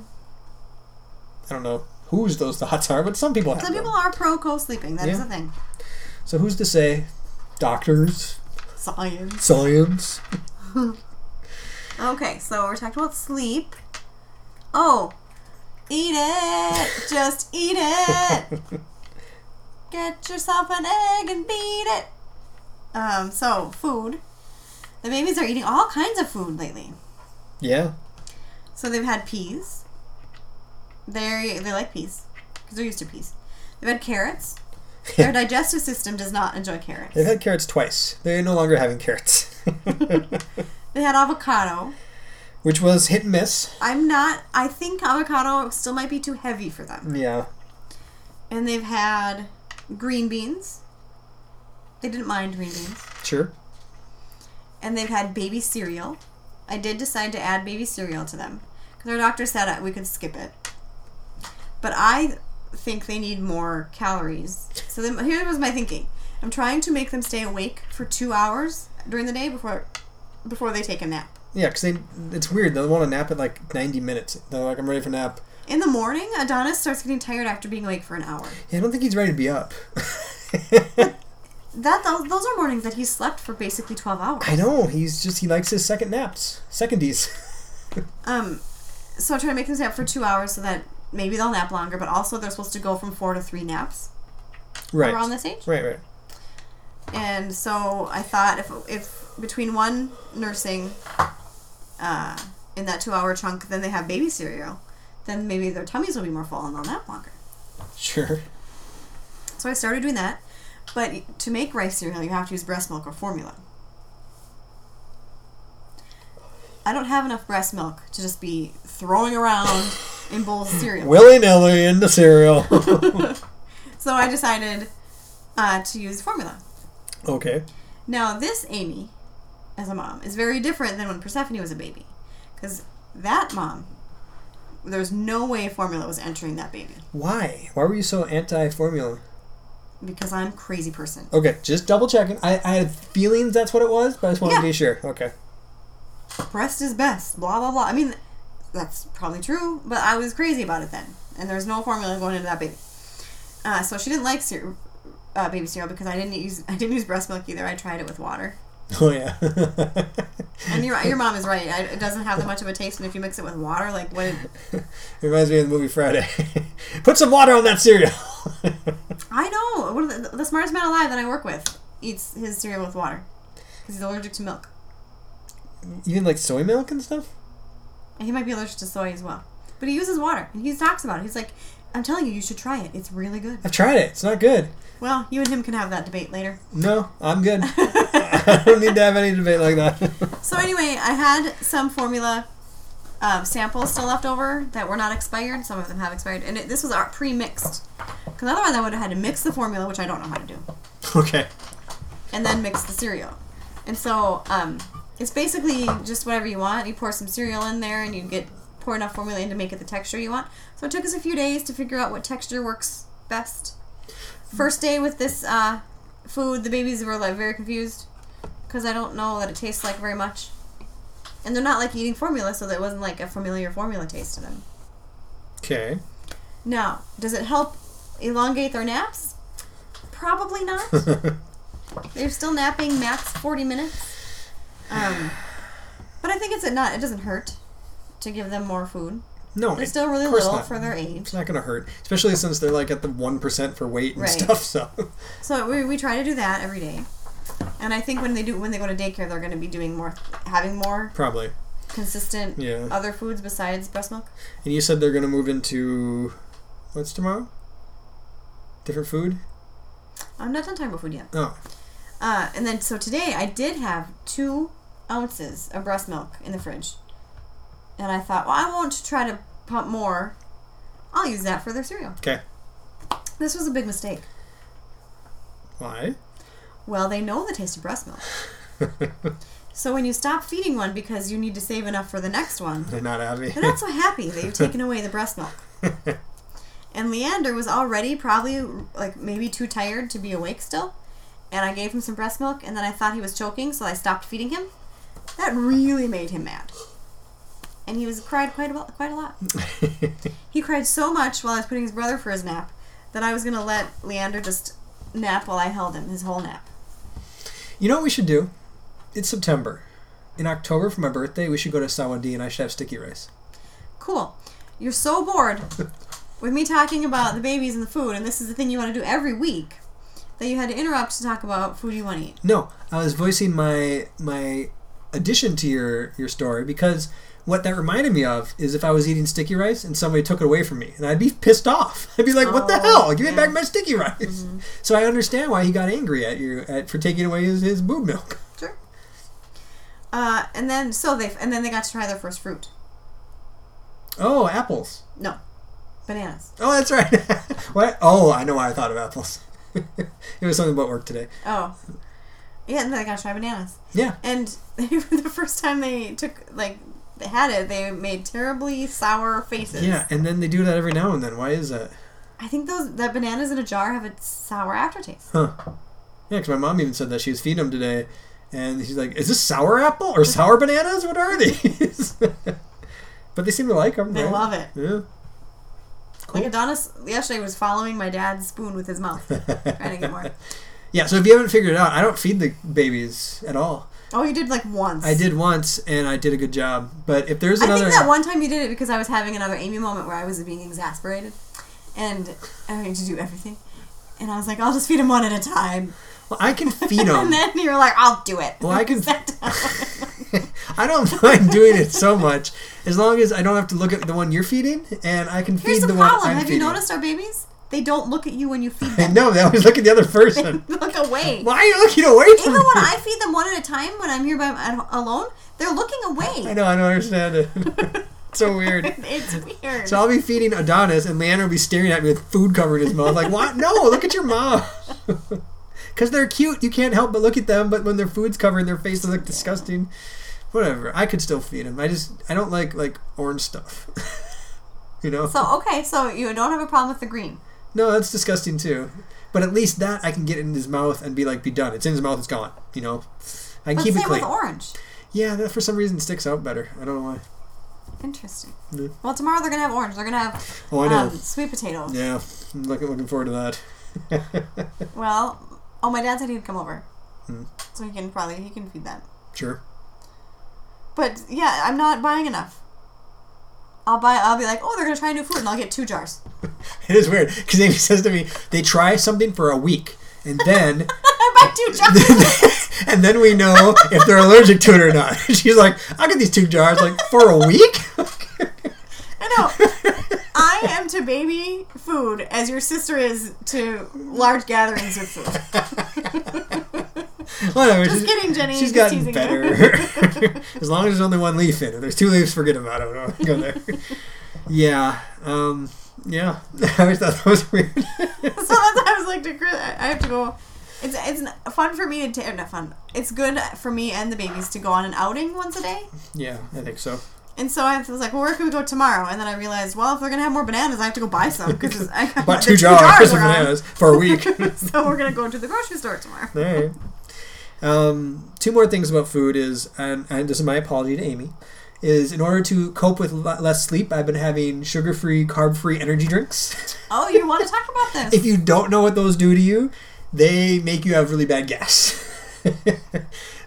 I don't know whose those thoughts are, but some people have
Some
them.
people are pro co sleeping. That is
Yeah.
a thing.
So who's to say? Doctors,
Science.
science.
Okay, so we're talking about sleep. Oh, eat it! Just eat
[laughs]
it! Get yourself an egg and beat it. Um, so food. The babies are eating all kinds of food lately.
Yeah.
So they've had peas. They they like peas because they're used to peas. They've had carrots. Their digestive system does not enjoy carrots.
They've had carrots twice. They're no longer having carrots. [laughs]
They had avocado.
Which was hit and miss.
I'm not. I think avocado still might be too heavy for them.
Yeah.
And they've had green beans. They didn't mind green beans.
Sure.
And they've had baby cereal. I did decide to add baby cereal to them because our doctor said uh, we could skip it. But I think they need more calories. So then, here was my thinking. I'm trying to make them stay awake for two hours during the day before before they take a nap.
Yeah, because they it's weird. They'll want to nap at like 90 minutes. They're like, I'm ready for nap.
In the morning, Adonis starts getting tired after being awake for an hour.
Yeah, I don't think he's ready to be up. [laughs]
That those, those are mornings that he slept for basically 12 hours.
I know. He's just, he likes his second naps. Secondies. [laughs]
Um, so I try to make them stay up for two hours so that maybe they'll nap longer, but also they're supposed to go from four to three naps
right.
around this age.
Right, right.
And so I thought if if between one nursing, uh, in that two hour chunk, then they have baby cereal, then maybe their tummies will be more full and they'll nap longer.
Sure.
So I started doing that, but to make rice cereal, you have to use breast milk or formula. I don't have enough breast milk to just be throwing around in bowls of cereal.
Willy nilly in the cereal. [laughs]
So I decided uh, to use formula.
okay.
Now, this Amy, as a mom, is very different than when Persephone was a baby. Because that mom, there's no way formula was entering that baby.
Why? Why were you so anti formula?
Because I'm a crazy person.
Okay, just double checking. I, I had feelings that's what it was, but I just wanted to
Yeah.
be sure. Okay. [laughs]
Breast is best, blah, blah, blah. I mean, that's probably true, but I was crazy about it then. And there's no formula going into that baby. Uh, so she didn't like cere- uh, baby cereal because I didn't use I didn't use breast milk either. I tried it with water.
Oh, yeah. [laughs]
And your your mom is right. I, it doesn't have that much of a taste. And if you mix it with water, like what? It,
Reminds me of the movie Friday. [laughs] Put some water on that cereal. [laughs]
I know. One of the, the smartest man alive that I work with eats his cereal with water because he's allergic to milk.
Even like soy milk and stuff?
And he might be allergic to soy as well. But he uses water and he talks about it. He's like, I'm telling you, you should try it. It's really good.
I've tried it. It's not good.
Well, you and him can have that debate later.
No, I'm good. [laughs] I don't need to have any debate like that. [laughs]
So, anyway, I had some formula um, samples still left over that were not expired. Some of them have expired. And it, this was our pre mixed. Because otherwise, I would have had to mix the formula, which I don't know how to do.
okay.
and then mix the cereal. And so um, it's basically just whatever you want. You pour some cereal in there, and you get pour enough formula in to make it the texture you want. So it took us a few days to figure out what texture works best. First day with this uh, food, the babies were like very confused because I don't know that it tastes like very much, and they're not like eating formula, so that wasn't like a familiar formula taste to them.
Okay. [laughs]
Now, does it help elongate their naps? Probably not. They're still napping max 40 minutes. Um, but I think it's not, it doesn't hurt to give them more food.
no,
They're
it-
still really
of course
little
not.
for their age.
It's not gonna hurt, especially since they're like at the one percent for weight and
Right.
stuff. So [laughs]
So we, we try to do that every day. And I think when they do when they go to daycare, they're going to be doing more, having more
probably.
consistent
Yeah.
other foods besides breast milk.
And you said they're gonna move into what's tomorrow? Different food.
I'm not done talking about food yet.
Oh,
Uh, and then so today I did have two ounces of breast milk in the fridge. And I thought, well, I won't try to pump more. I'll use that for their cereal.
Okay.
This was a big mistake.
Why?
Well, they know the taste of breast milk. so when you stop feeding one because you need to save enough for the next one,
They're not happy.
they're
[laughs]
not so happy that you've taken away the breast milk. And Leander was already probably like maybe too tired to be awake still. And I gave him some breast milk, and then I thought he was choking, so I stopped feeding him. That really made him mad. And he was cried quite a, bit- quite a lot. He cried so much while I was putting his brother for his nap that I was gonna let Leander just nap while I held him his whole nap.
[laughs] you know what we should do? It's September. In October for my birthday, we should go to Sawadee and I should have sticky rice.
Cool. You're so bored with me talking about the babies and the food, and this is the thing you want to do every week that you had to interrupt to talk about food you want to eat.
No, I was voicing my my addition to your your story because what that reminded me of is if I was eating sticky rice and somebody took it away from me, and I'd be pissed off. [laughs] I'd be like, "What the
Oh,
hell? Give me
yeah. Mm-hmm.
back my sticky rice!" So I understand why he got angry at you at, for taking away his, his boob milk.
Sure. Uh, and then so they and then they got to try their first fruit.
Oh, apples.
No, bananas.
Oh, that's right. [laughs] what? Oh, I know why I thought of apples. [laughs] it was something about work today.
Oh, yeah. And then they got to try bananas.
Yeah.
And [laughs] the first time they took like they had it, they made terribly sour faces.
Yeah, and then they do that every now and then. Why is that?
I think those that bananas in a jar have a sour aftertaste.
Huh. Yeah, because my mom even said that she was feeding them today, and she's like, "Is this sour apple or sour bananas? What are these?" [laughs] but they seem to like them.
They
right?
love it.
Yeah. Cool.
Like Adonis yesterday was following my dad's spoon with his
[laughs]
mouth, trying to get more.
Yeah. So if you haven't figured it out, I don't feed the babies at all.
Oh, you did like once.
I did once, and I did a good job. But if there's
I
another,
think that one time you did it because I was having another Amy moment where I was being exasperated, and I wanted to do everything, and I was like, I'll just feed him one at a time,
Well, I can feed
[laughs]
them.
and then you were like, I'll do it.
Well,
[laughs]
I can-
That time.
[laughs] I don't mind doing it so much as long as I don't have to look at the one you're feeding, and I can
Here's
feed
the,
the, one
problem.
I'm
Have
feeding.
you noticed our babies? They don't look at you when you
[laughs]
feed
I
them.
know. I always look at the
[laughs]
other person.
They look away.
Why are you looking away from
Even
me?
when I feed them one at a time, when I'm here by at- alone, they're looking
I
away.
know, I don't understand it. [laughs] so weird.
[laughs] It's weird.
So I'll be feeding Adonis, and Leander will be staring at me with food covered in his mouth. Like, what? No, look at your mom. [laughs] Because they're cute. You can't help but look at them, but when their food's covered, their faces look disgusting. Whatever. I could still feed him. I just, I don't like, like, orange stuff. [laughs] you know?
so okay, so you don't have a problem with the green.
no, that's disgusting too. But at least that I can get in his mouth and be like, be done. It's in his mouth, it's gone. You know? I can
But
keep
same
it clean.
with orange.
yeah, that for some reason sticks out better. I don't know why.
Interesting.
Yeah.
Well, tomorrow they're gonna have orange. They're gonna have
Oh, I know.
um, sweet potato.
Yeah, I'm looking looking forward to that.
Well, oh, my dad said he'd come over,
Hmm.
so he can probably he can feed that.
[laughs] sure.
But yeah, I'm not buying enough. I'll buy. I'll be like, oh, they're gonna try new food, and I'll get two jars. [laughs]
It is weird because Amy says to me, they try something for a week and then [laughs]
I buy two jars.
and then we know if they're allergic to it or not. [laughs] She's like, I'll get these two jars like for a week. [laughs]
I know. I am to baby food as your sister is to large gatherings with food.
Whatever.
Just
she's,
kidding, Jenny.
She's
Just
gotten
teasing you.
better. [laughs] as long as there's only one leaf in it. If There's two leaves. Forget about it. I don't go there. yeah. Um, yeah. [laughs] I always thought that was weird. [laughs]
[laughs] so that's why I was like to Chris. I I have to go. It's it's n- fun for me to ta- not fun. It's good for me and the babies to go on an outing once a day.
yeah, I think so.
And so I was like, well, where can we go tomorrow? And then I realized, well, if they're gonna have more bananas, I have to go buy some because I got
Bought
the
two jars [laughs] of
are on.
bananas for a week.
[laughs]
[laughs]
so we're gonna go to the grocery store tomorrow.
All right. Um, two more things about food is, and, and this is my apology to Amy, is in order to cope with le- less sleep, I've been having sugar-free, carb-free energy drinks. [laughs]
Oh, you want to talk about this?
if you don't know what those do to you, they make you have really bad gas. [laughs]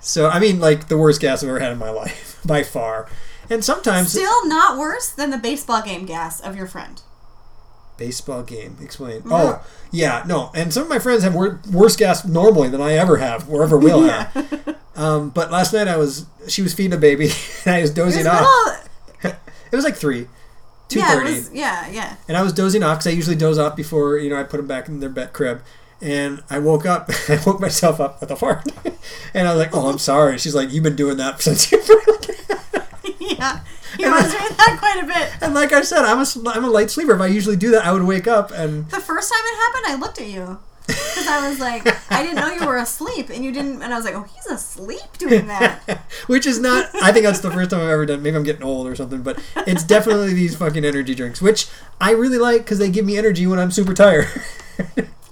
so I mean, like the worst gas I've ever had in my life [laughs] by far. And sometimes
Still not worse than the baseball game gas of your friend.
baseball game. Explain. Oh, yeah, no. And some of my friends have wor- worse gas normally than I ever have, or ever will [laughs] have. Um, but last night I was, she was feeding a baby, [laughs] and I was
It was
dozing off. It was like three, two
yeah, it
thirty,
was, yeah, [laughs] yeah.
and I was dozing off because I usually doze off before you know I put them back in their bed crib. And I woke up. [laughs] I woke myself up with a fart, [laughs] and I was like, "Oh, I'm sorry." She's like, "You've been doing that [laughs] since you."
yeah, he was doing that quite a bit.
and like I said, I'm a sl- I'm a light sleeper. If I usually do that, I would wake up and
The first time it happened, I looked at you because I was like, I didn't know you were asleep, and you didn't. And I was like, oh, he's asleep doing
[laughs]
that.
Which is not. I think that's the first time I've ever done. Maybe I'm getting old or something, but it's definitely these fucking energy drinks, which I really like because they give me energy when I'm
[laughs]
super tired.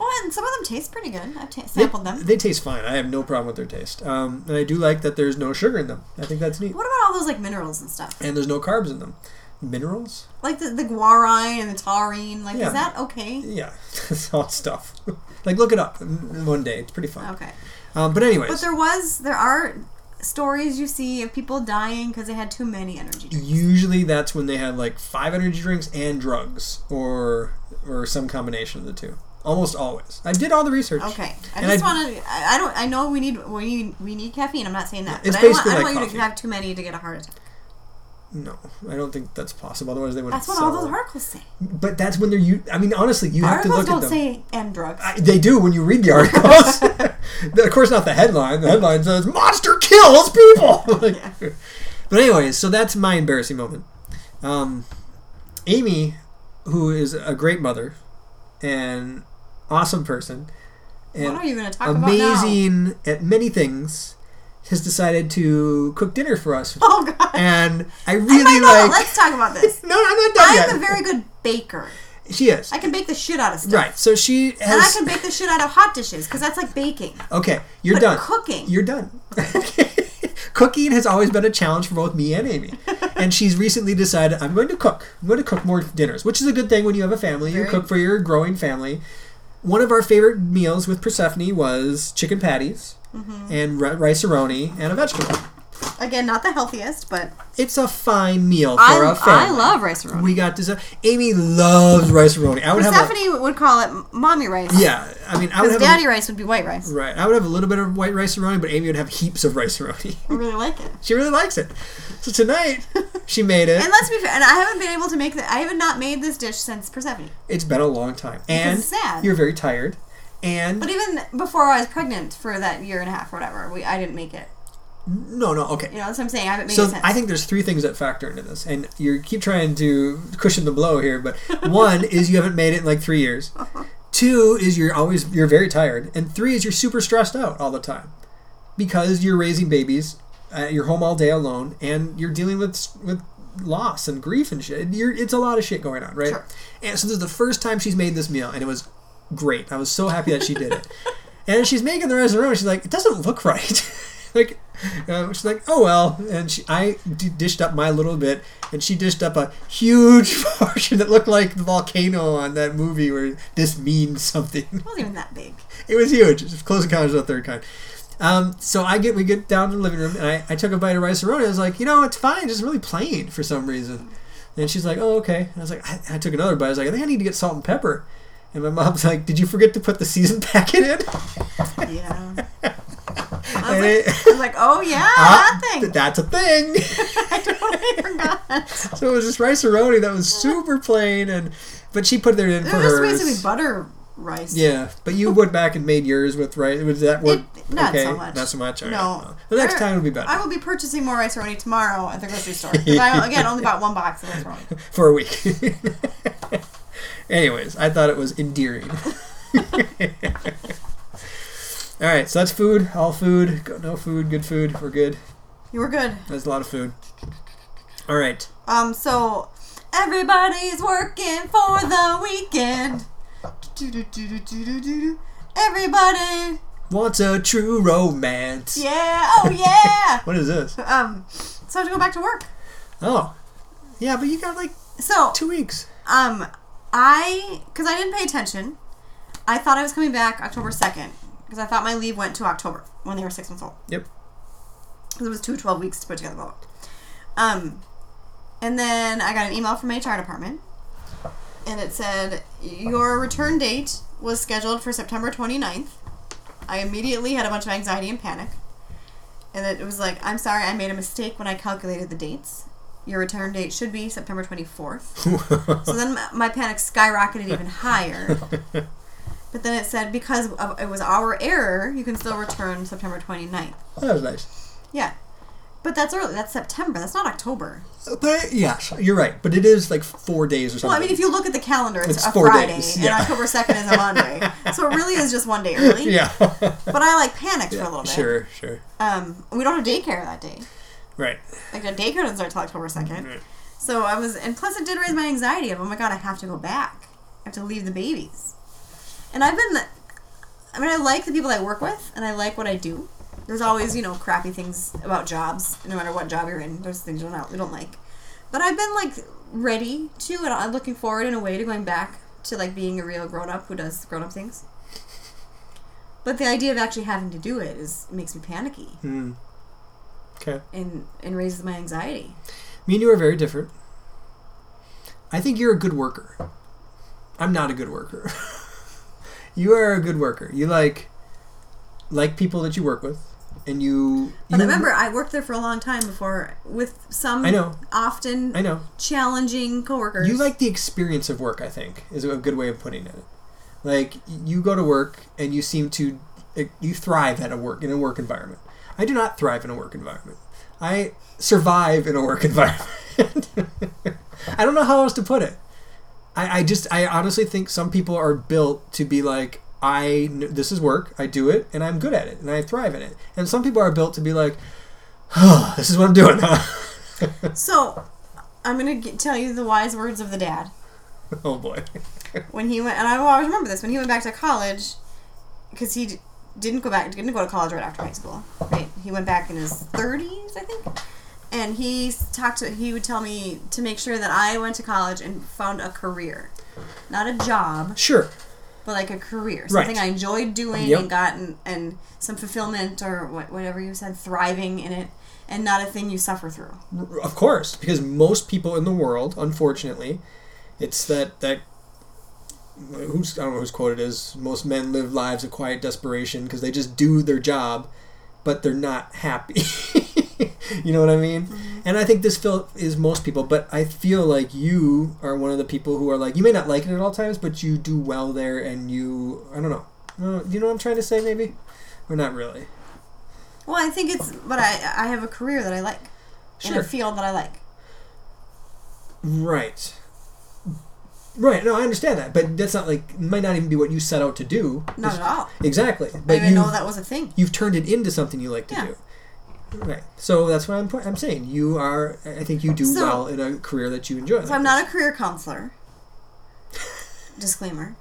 Oh, and some of them taste pretty good. I've ta sampled them.
They taste fine. I have no problem with their taste, um, and I do like that there's no sugar in them. I think that's neat,
What about all those like minerals and stuff?
and there's no carbs in them. Minerals?
Like the, the guarine and the taurine. Like,
Yeah.
is that okay?
Yeah, [laughs] it's all stuff. [laughs] like look it up mm, one day. It's pretty fun.
Okay.
Um, but anyways,
But there was, there are stories you see of people dying because they had too many energy drinks.
usually that's when they have like five energy drinks and drugs or or some combination of the two almost always i did all the research
Okay, I
And
just
I-
want to. I I don't. I know we need we need we need caffeine. I'm not saying that. but
It's
I don't, want,
basically
I don't
like
want you
coffee.
to have too many to get a heart attack.
no i don't think that's possible otherwise they would
That's what
sell.
all those articles say.
but that's when they're you i mean honestly you have to
articles
look
don't
at them
say and drugs.
I- they do when you read the
[laughs]
articles [laughs] of course not the headline the headline says monster kills
[laughs]
people Like- [laughs] but anyways so that's my embarrassing moment um, amy who is a great mother and awesome person
what
and
are you going to talk about now?
amazing at many things, has decided to cook dinner for us.
[laughs] [laughs] Oh god.
And I
I might
really
not.
like. Oh,
Let's talk about
[laughs]
this.
No, I'm not done
I'm a
yet.
very good baker.
She is
I can bake the shit out of stuff.
right. So she
And I
has.
can bake the shit out of hot dishes because that's like baking.
okay, you're
But
done.
cooking.
You're done. [laughs] Cooking has always been a challenge for both me
[laughs]
and Amy, and she's recently decided I'm going to cook. I'm going to cook more dinners, which is a good thing when you have a family. You
Very-
cook for your growing family. One of our favorite meals with Persephone was chicken patties
Mm-hmm.
and ri- rice aroni and a vegetable.
Again, not the healthiest, but
It's a fine meal for
I,
a family.
I love rice aroni.
We got this. Amy loves rice aroni. I would have. A,
Stephanie would call it mommy rice.
yeah, I mean, I would
Because
have.
daddy rice would be white rice.
a, right, I would have a little bit of white rice aroni, but Amy would have heaps of rice aroni.
I really like it.
[laughs] she really likes it.
[laughs]
So tonight, she made it.
And let's be fair, and I haven't been able to make that. I have not made this dish since Persephone.
It's been a long time, and
is sad.
you're very tired, and
But even before I was pregnant for that year and a half or whatever, we I didn't make it.
no, no, okay.
You know, that's what I'm saying. I haven't made it
So
since.
I think there's three things that factor into this, and you keep trying to cushion the blow here. But
[laughs]
one is you haven't made it in like three years. Two is you're always you're very tired, and three is you're super stressed out all the time because you're raising babies, uh, you're home all day alone, and you're dealing with with loss and grief and shit. You're, it's a lot of shit going on, right?
Sure.
And so this is the first time she's made this meal, and it was great. I was so happy that she did it. and she's making the rest of the room. She's like, it doesn't look right. [laughs] like, uh, she's like, oh well. And she, I d- dished up my little bit, and she dished up a huge [laughs] portion that looked like the volcano on that movie where this means something.
it wasn't even that big.
It was huge. It's Close Encounters of the Third Kind. Um, so I get we get down to the living room, and I, I took a bite of rice aroni. I was like, you know, it's fine. It's really plain for some reason. And she's like, oh, okay. And I was like, I, I took another bite. I was like, I think I need to get salt and pepper. And my mom's like, did you forget to put the season [laughs] packet in? [laughs]
Yeah.
And
I was, like,
it-
I was like, oh yeah,
Ah,
that
[laughs] th-
thing.
That's a thing.
[laughs]
[laughs]
I totally forgot.
so it was this rice aroni that was super plain, and but she put it in
It
for
was just basically
hers.
butter rice.
Yeah, but you went back and made yours with rice. Was that what?
It- not so much.
Not so much. all right.
No.
The next
Or-
time will be better.
I will be purchasing more rice aroni tomorrow at the grocery store. 'Cause
[laughs]
I, again, only bought one box of rice aroni.
for a week. [laughs] Anyways, I thought it was endearing. [laughs] All right, so that's food. All food. Go- No food. Good food. We're good.
You were good.
That's a lot of food. All right.
Um, so everybody's working for the weekend. Do-do-do-do-do-do-do. Everybody,
What's a true romance?
yeah, oh
[laughs]
yeah.
What
[laughs]
is this?
um, so I have to go back to work.
Oh, yeah, but you got like
So
two weeks.
um, I because I didn't pay attention, I thought I was coming back October second because I thought my leave went to October when they were six months old.
Yep. [laughs]
because it was two 12 weeks to put together the book. Um, and then I got an email from my HR department, and it said your return date was scheduled for September 29th. I immediately had a bunch of anxiety and panic, and it was like, I'm sorry, I made a mistake when I calculated the dates. Your return date should be
[laughs]
September 24th. So then my, my panic skyrocketed even higher. But then it said because of, it was our error, you can still return September 29th.
Oh, that was nice.
Yeah. But that's early. That's September. That's not October.
But yes, you're right. But it is like four days or something.
Well, I mean, if you look at the calendar, it's,
It's
a
four
Friday,
days,
and
yeah.
October 2nd is a Monday. so it really is just one day early.
[laughs]
[laughs]
yeah,
But I, like, panicked for a little bit.
sure, sure,
Um, we don't have daycare that day.
right.
Like, the daycare doesn't start till October 2nd. So I was, and plus it did raise my anxiety of, oh my god, I have to go back. I have to leave the babies. And I've been, I mean, I like the people I work with, and I like what I do. There's always, you know, crappy things about jobs, no matter what job you're in. There's things you don't, you don't like. But I've been, like, ready to, and I'm looking forward in a way to going back to, like, being a real grown up who does grown up things. But the idea of actually having to do it is makes me panicky
Hmm. Okay.
and and raises my anxiety.
Me and you are very different. I think you're a good worker. I'm not a good worker. [laughs] you are a good worker. You like like people that you work with, and you.
But
you-
remember, I worked there for a long time before with some
I know.
often
I know.
challenging coworkers.
You like the experience of work, I think, is a good way of putting it. Like you go to work and you seem to you thrive at a work in a work environment. I do not thrive in a work environment. I survive in a work [laughs] environment. I don't know how else to put it. I, I just I honestly think some people are built to be like I kn- this is work. I do it and I'm good at it and I thrive in it. And some people are built to be like, [sighs] oh, this is what I'm doing. Huh?
so. I'm gonna g tell you the wise words of the dad
[laughs] oh boy.
when he went, and I will always remember this when he went back to college because he d- didn't go back, didn't go to college right after high school. Right, he went back in his 30s, I think. And he s- talked to, he would tell me to make sure that I went to college and found a career, not a job.
Sure.
but like a career,
Right.
something I enjoyed doing
Yep.
and gotten and some fulfillment or what, whatever you said, thriving in it, and not a thing you suffer through.
Of course, because most people in the world, unfortunately, it's that that who's I don't know whose quote it is. Most men live lives of quiet desperation because they just do their job, but they're not happy. [laughs] you know what I mean? And I think this feel is most people, but I feel like you are one of the people who are like you may not like it at all times, but you do well there, and you I don't know. Uh, you know what I'm trying to say? Maybe or not really.
Well, I think it's, but I I have a career that I like, in
Sure.
a field that I like.
Right. Right. No, I understand that, but that's not like might not even be what you set out to do.
Not at all.
Exactly.
I
But
didn't even
you
know that was a thing.
you've turned it into something you like to
Yeah.
do. Right. So that's what I'm po- I'm saying. You are. I think you do
So-
well in a career that you enjoy.
So I'm not a career
[laughs]
counselor. Disclaimer.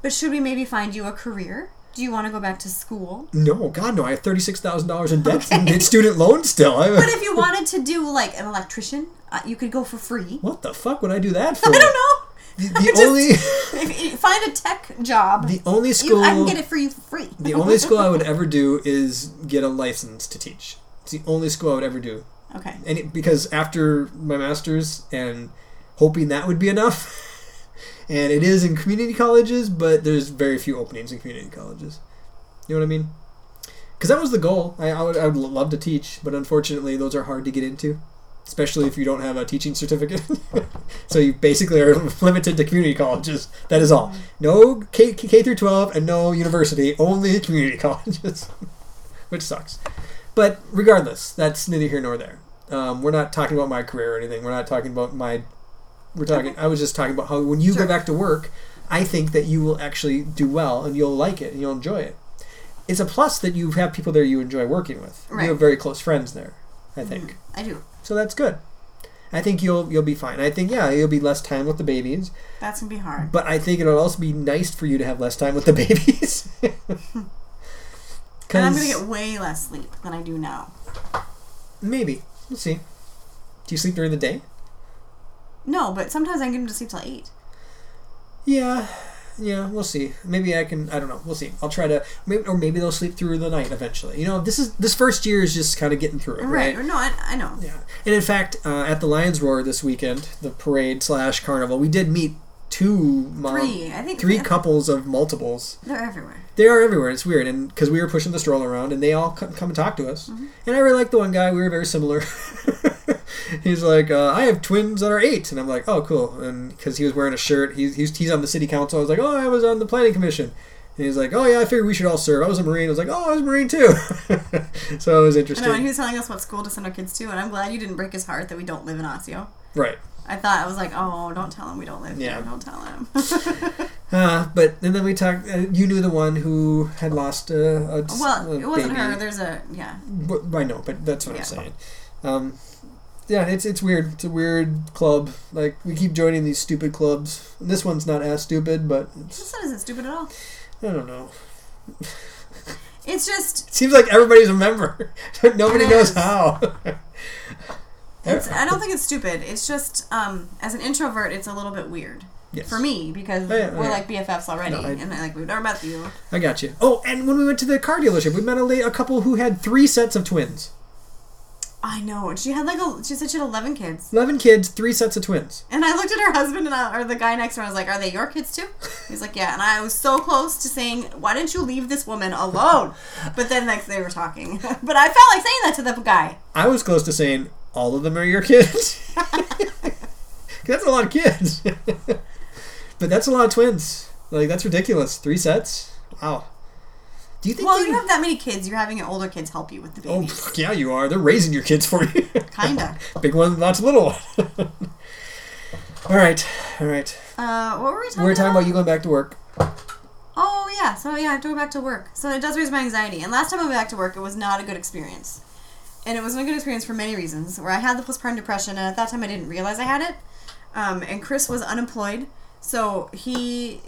But should we maybe find you a career? Do you want to go back to school?
No, God, no. I have thirty six thousand dollars in debt in in student loans still. I,
[laughs] But if you wanted to do like an electrician, uh, you could go for free.
what the fuck would I do that for?
I don't know. [laughs]
The
I just-
only [laughs]
If you find a tech job.
the only
You,
school
I can get it for you free.
the
[laughs]
only school I would ever do is get a license to teach. It's the only school I would ever do.
okay.
and it, because after my master's and hoping that would be enough [laughs] and it is in community colleges but there's very few openings in community colleges you know what i mean because that was the goal I, I, would, I would love to teach but unfortunately those are hard to get into especially if you don't have a teaching certificate [laughs] so you basically are [laughs] limited to community colleges that is all no k, k through 12 and no university only community [laughs] colleges which sucks but regardless, that's neither here nor there. Um, we're not talking about my career or anything. We're not talking about my. We're talking. I was just talking about how when you
Sure.
go back to work, I think that you will actually do well and you'll like it and you'll enjoy it. It's a plus that you have people there you enjoy working with.
Right.
You have very close friends there. I think
I do.
so. That's good. I think you'll you'll be fine. I think yeah, you'll be less time with the babies,
That's gonna be hard.
but I think it'll also be nice for you to have less time with
[laughs]
the [laughs] babies.
And I'm
Because-
gonna get way less sleep than I do now.
Maybe. We'll see. Do you sleep during the day?
No, but sometimes I can get to sleep till eight.
Yeah. Yeah, we'll see. Maybe I can. I don't know. We'll see. I'll try to. Maybe, or maybe they'll sleep through the night eventually. You know, this is this first year is just kind of getting through it,
Right.
right?
Or No, I, I know.
Yeah. And in fact, uh, at the Lions Roar this weekend, the parade slash carnival, we did meet two mom,
Three. I think
three
I-
couples of multiples.
They're everywhere.
They are everywhere. It's weird, and because we were pushing
Mm-hmm.
the stroller around, and they all come, come and talk to us. And I really liked the one guy. We were very similar, [laughs] he's like, uh, I have twins that are eight, and I'm like, oh, cool, and because he was wearing a shirt, he's, he's he's on the city council. I was like, oh, I was on the planning commission, and he's like, oh yeah, I figured we should all serve. I was a marine. I was like, oh, I was a marine too. [laughs] so it was
I
interesting,
know, and he was telling us what school to send our kids to, and I'm glad you didn't break his heart that we don't live in Osseo.
right?
I thought I was like, oh, don't tell him we don't live
Yeah.
here. Don't tell
[laughs]
him.
Uh, but and then we talked. Uh, you knew the one who had lost a, a
well,
a
it wasn't
baby.
her. There's a yeah.
But- I know, but that's what
Yeah.
I'm saying. Um, yeah, it's it's weird. It's a weird club. Like we keep joining these stupid clubs. This one's not as stupid, but it's,
This one isn't stupid at all.
I don't know.
It's just
It seems like everybody's a member, [laughs] but nobody
It
knows
is.
how. [laughs]
it's, I don't think it's stupid. It's just um, as an introvert, it's a little bit weird
Yes.
for me because
Oh, yeah,
we're
yeah.
like BFFs already,
No, I-
and like we've never met you.
I got you. Oh, and when we went to the car dealership, we met a, la- a couple who had three sets of twins.
I know. and She had like a. She said she had eleven kids,
Eleven kids, three sets of twins.
and I looked at her husband and I, or the guy next to her. I was like, "Are they your kids too?" He's like, "Yeah." And I was so close to saying, "Why didn't you leave this woman alone?" But then next they were talking, [laughs] but I felt like saying that to the guy.
I was close to saying all of them are your kids. [laughs] 'Cause that's a lot of kids. [laughs] but that's a lot of twins. Like that's ridiculous. Three sets. Wow. Do you think?
Well,
they-
you have that many kids. You're having your older kids help you with the
oh
babies.
pff, yeah, you are. They're raising your kids for [laughs] you.
Kinda.
Big one, lots of little one. [laughs] all right, all right.
Uh, what were we talking?
We We're talking
about?
about you going back to work.
Oh yeah, so yeah, I have to go back to work. So it does raise my anxiety. And last time I went back to work, it was not a good experience, and it wasn't a good experience for many reasons. Where I had the postpartum depression, and at that time I didn't realize I had it. Um, and Chris was unemployed, so he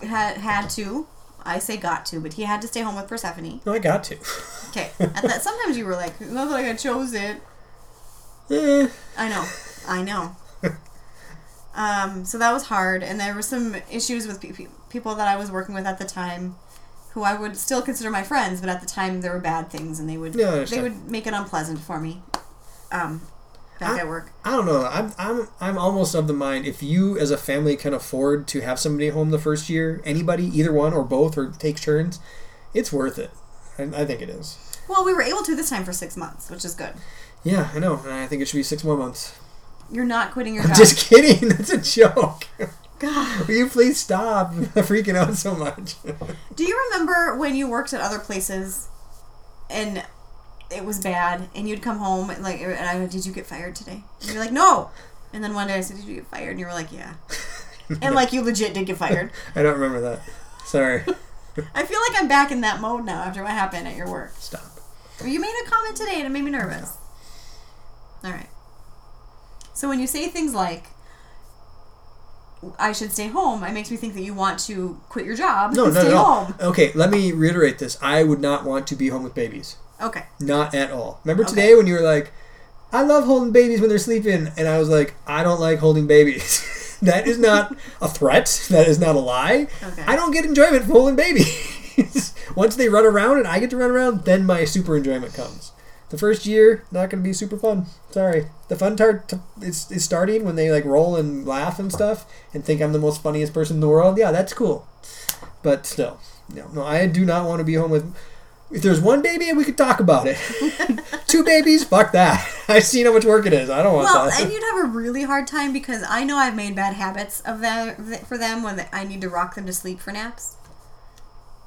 had had to. I say got to, but he had to stay home with Persephone.
No, I got to. [laughs]
Okay, and that sometimes you were like, not like I chose it.
Eh.
I know. I
[laughs]
know. um, so that was hard, and there were some issues with pe- pe- people that I was working with at the time, who I would still consider my friends, but at the time there were bad things, and they would
Yeah, I
they
understand.
would make it unpleasant for me. Um, back
I-
at work.
I don't know. I'm, I'm, I'm almost of the mind if you as a family can afford to have somebody home the first year, anybody, either one or both, or take turns, it's worth it. I, I think it is.
Well, we were able to this time for six months, which is good.
Yeah, I know. And I think it should be six more months.
You're not quitting your
I'm
job.
just [laughs] kidding. That's a joke. [laughs]
God.
Will you please stop [laughs] freaking out so much? [laughs]
Do you remember when you worked at other places, and it was bad, and you'd come home and like, and I go, "Did you get fired today?" And you're like, "No," and then one day I said, "Did you get fired?" And you were like, "Yeah," and like you legit did get fired.
I don't remember that. Sorry.
I feel like I'm back in that mode now after what happened at your work.
Stop.
Well, You made a comment today and it made me nervous. All right. So when you say things like, "I should stay home," it makes me think that you want to quit your job
No,
and
no,
stay
no.
home.
Okay, let me reiterate this. I would not want to be home with babies.
Okay.
Not at all. Remember today when you were like, I love holding babies when they're sleeping, and I was like, I don't like holding babies. [laughs] that is not a threat. That is not a lie.
Okay.
I don't get enjoyment from holding babies. [laughs] Once they run around and I get to run around, then my super enjoyment comes. The first year, not going to be super fun. Sorry. The fun part t- is, is starting when they like roll and laugh and stuff and think I'm the most funniest person in the world. Yeah, that's cool. But still, no, no, I do not want to be home with. If there's one baby, we could talk about it. [laughs] Two babies, fuck that. [laughs] I've seen how much work it is. I don't want
Well,
that.
and you'd have a really hard time because I know I've made bad habits of them for them when I need to rock them to sleep for naps.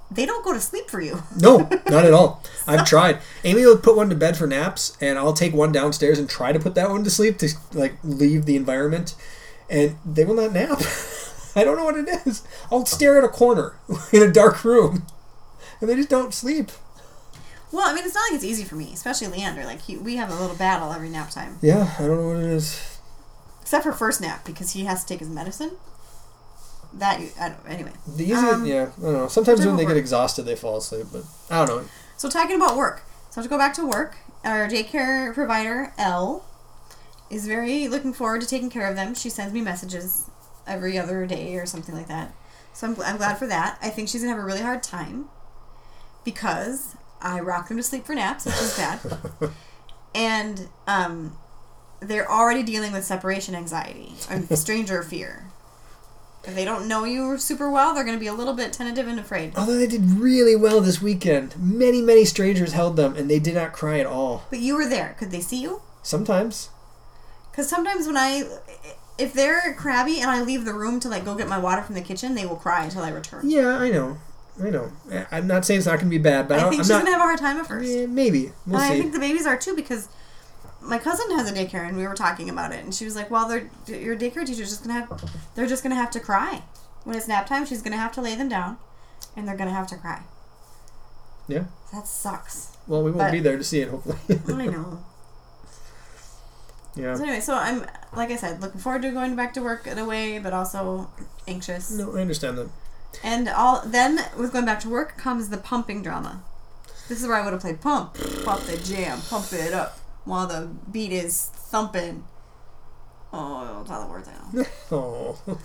They don't go to sleep for you.
[laughs]
[laughs]
No, not at all. I've tried. Amy will put one to bed for naps, and I'll take one downstairs and try to put that one to sleep to like leave the environment, and they will not nap. [laughs] I don't know what it is. I'll stare at a corner [laughs] in a dark room, and they just don't sleep.
Well, I mean, it's not like it's easy for me, especially Leander. Like he, we have a little battle every nap time,
Yeah, I don't know what it is.
except for first nap because he has to take his medicine. That you, I don't, anyway.
The easy,
Um,
yeah, I don't know. Sometimes when
doesn't
they get
work.
exhausted, they fall asleep, but I don't know.
So talking about work, so I have to go back to work. Our daycare provider L is very looking forward to taking care of them. She sends me messages every other day or something like that. So I'm, gl- I'm glad for that. I think she's gonna have a really hard time because I rock them to sleep for naps, which is bad, and um, they're already dealing with separation anxiety and stranger fear. If they don't know you super well, they're gonna be a little bit tentative and afraid.
Although they did really well this weekend, many many strangers held them, and they did not cry at all.
But you were there. Could they see you?
Sometimes
Because sometimes when I, if they're crabby and I leave the room to like go get my water from the kitchen, they will cry until I return.
Yeah, I know. I know. I- I'm not saying it's not going to be bad, but I,
I
don't,
think
I'm
she's
not.
gonna have a hard time at first.
Eh, maybe
And
we'll
I
see.
think the babies are too because my cousin has a daycare and we were talking about it and she was like, "Well, they're, your daycare teacher's just gonna have they're just gonna have to cry when it's nap time. She's gonna have to lay them down, and they're gonna have to cry.
yeah.
That sucks.
Well, we won't
but-
be there to see it. Hopefully. [laughs]
I know.
yeah.
So anyway, so I'm like I said, looking forward to going back to work in a way, but also anxious.
No, I understand that.
And all then with going back to work comes the pumping drama. This is where I would have played pump, pump the jam, pump it up while the beat is thumping. Oh, it's all the words I know.
Oh.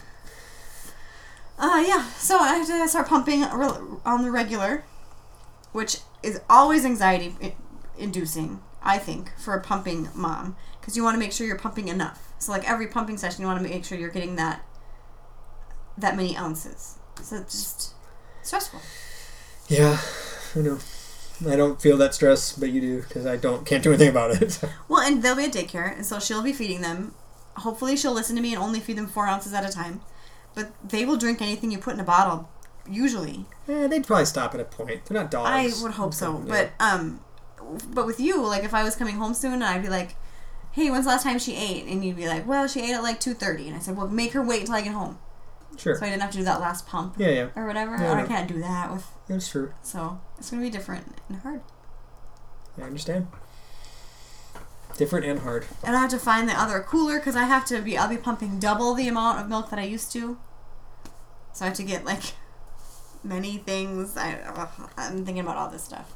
Uh, yeah. So I have to start pumping re- on the regular, which is always anxiety i- inducing, I think, for a pumping mom, because you want to make sure you're pumping enough. So like every pumping session, you want to make sure you're getting that that many ounces. So it's just stressful.
Yeah. I know. I don't feel that stress, but you do because I don't can't do anything about it. [laughs]
Well, and they'll be at daycare, and so she'll be feeding them. Hopefully, she'll listen to me and only feed them four ounces at a time. But they will drink anything you put in a bottle, usually.
Eh, they'd probably stop at a point. They're not dogs.
I would hope so,
Oh, Yeah.
but um, but with you, like if I was coming home soon, and I'd be like, "Hey, when's the last time she ate?" and you'd be like, "Well, she ate at like 2.30. and I said, "Well, make her wait till I get home,"
sure.
so I didn't have to do that last pump
yeah, yeah,
or whatever.
Yeah,
and I
no.
can't do that with,
that's true.
so it's gonna be different and hard.
I understand. Different and hard.
And I have to find the other cooler because I have to be. I'll be pumping double the amount of milk that I used to. So I have to get like many things. I ugh, I'm thinking about all this stuff.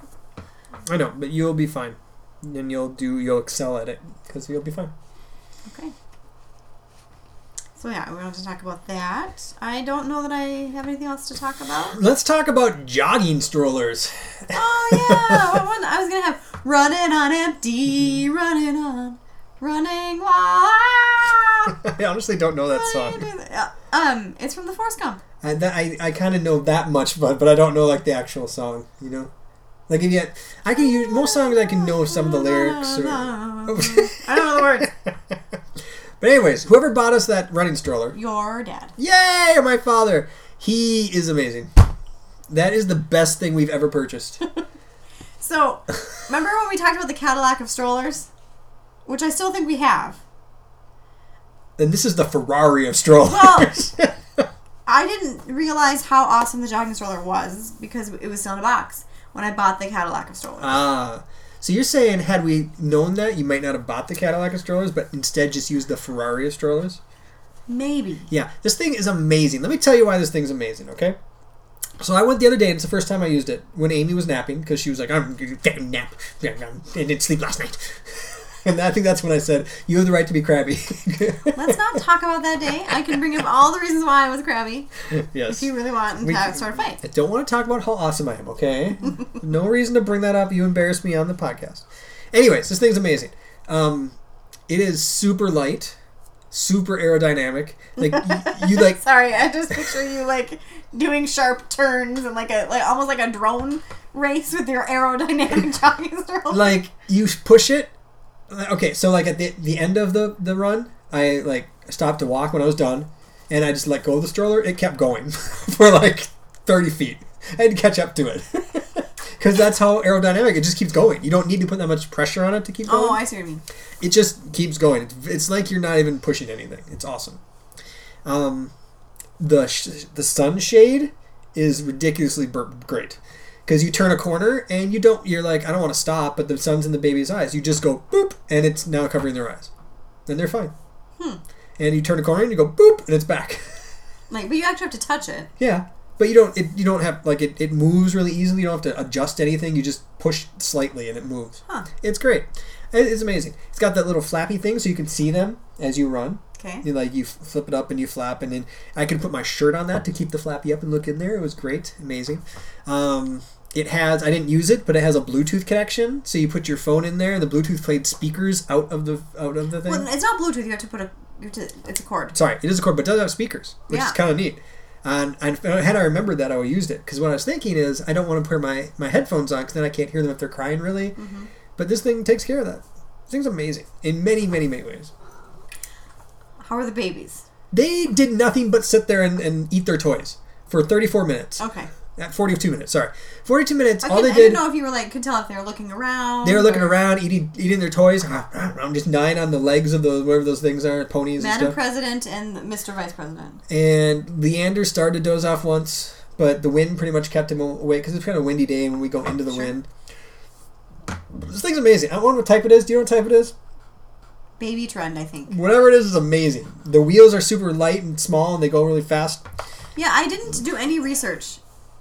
I know, but you'll be fine, and you'll do. You'll excel at it because you'll be fine.
Okay. So yeah, we want to talk about that. I don't know that I have anything else to talk
[laughs]
about.
Let's talk about jogging strollers. [laughs]
Oh yeah, I, want- I was gonna have running on empty, running on, running wild.
I honestly don't know that song.
Um, it's from the Force Gump.
I that, I, I kind of know that much, but but I don't know like the actual song. You know, like if yet I can use most songs. I can know some of the lyrics.
[laughs]
Or...
I don't know the words.
but anyways, whoever bought us that running stroller,
Your dad.
Yay, my father. He is amazing. That is the best thing we've ever purchased.
So, remember when we talked about the Cadillac of strollers, which I still think we have.
and this is the Ferrari of strollers.
I didn't realize how awesome the jogging stroller was because it was still in a box when I bought the Cadillac of stroller.
[laughs] ah. So you're saying had we known that, you might not have bought the Cadillac of strollers, but instead just used the Ferrari of strollers?
Maybe.
Yeah, this thing is amazing. Let me tell you why this thing's amazing, okay? So I went the other day, and it's the first time I used it when Amy was napping because she was like, "I'm gonna take a nap," and didn't sleep last night. [laughs] And I think that's when I said, "You have the right to be crabby." [laughs]
Let's not talk about that day. I can bring up all the reasons why I was crabby
yes.
if you really want and
We-
have sort of fight.
I don't want to talk about how awesome I am, okay? no reason to bring that up. You embarrass me on the podcast. Anyways, this thing's amazing. Um, it is super light, super aerodynamic. Like you, you
[laughs]
like
Sorry, I just picture you like doing sharp turns and like a like almost like a drone race with your aerodynamic [laughs] jogging stroller.
like you push it. Okay, so like at the the end of the the run, I like stopped to walk when I was done, and I just let go of the stroller. It kept going [laughs] for like thirty feet. I had to catch up to it. Because that's how aerodynamic it just keeps going. You don't need to put that much pressure on it to keep going.
oh, I see what you mean.
it just keeps going. It's, it's like you're not even pushing anything. It's awesome. Um, the sh- the sunshade is ridiculously bur- great because you turn a corner and you don't. You're like, I don't want to stop, but the sun's in the baby's eyes. You just go boop, and it's now covering their eyes, and they're fine. And you turn a corner and you go boop, and it's back. [laughs]
Like, but you actually have to touch it.
yeah, but you don't. It, you don't have like it, it. moves really easily. You don't have to adjust anything. You just push slightly and it moves.
Huh.
It's great. It- It's amazing. It's got that little flappy thing so you can see them as you run.
Okay.
You, like you f- flip it up and you flap, and then I could put my shirt on that to keep the flappy up and look in there. It was great, amazing. Um, it has I didn't use it, but it has a Bluetooth connection, so you put your phone in there, and the Bluetooth played speakers out of the out of the thing.
Well, it's not Bluetooth. You have to put a. You have to, it's a cord.
Sorry, it is a cord, but it does have speakers, which
Yeah.
is kind of neat. And, and had I remembered that, I would have used it. Because what I was thinking is, I don't want to put my, my headphones on because then I can't hear them if they're
Mm-hmm.
crying really. But this thing takes care of that. This thing's amazing in many, many, many ways.
How are the babies?
They did nothing but sit there and, and eat their toys for 34 minutes.
Okay.
At 42 minutes, sorry. 42 minutes,
Oh. I,
all
couldn't-
they
I
did,
didn't know if you were like could tell if they were looking around.
they were looking
or-
around, eating eating their toys. I'm just gnawing on the legs of those, whatever those things are, ponies and
Madam
stuff.
President and Mr. Vice President.
and Leander started to doze off once, but the wind pretty much kept him awake because it's kind of a windy day when we go into the
Sure.
wind. This thing's amazing. I don't know what type it is. Do you know what type it is?
Baby trend, I think.
Whatever it is, is amazing. The wheels are super light and small, and they go really fast.
Yeah, I didn't do any research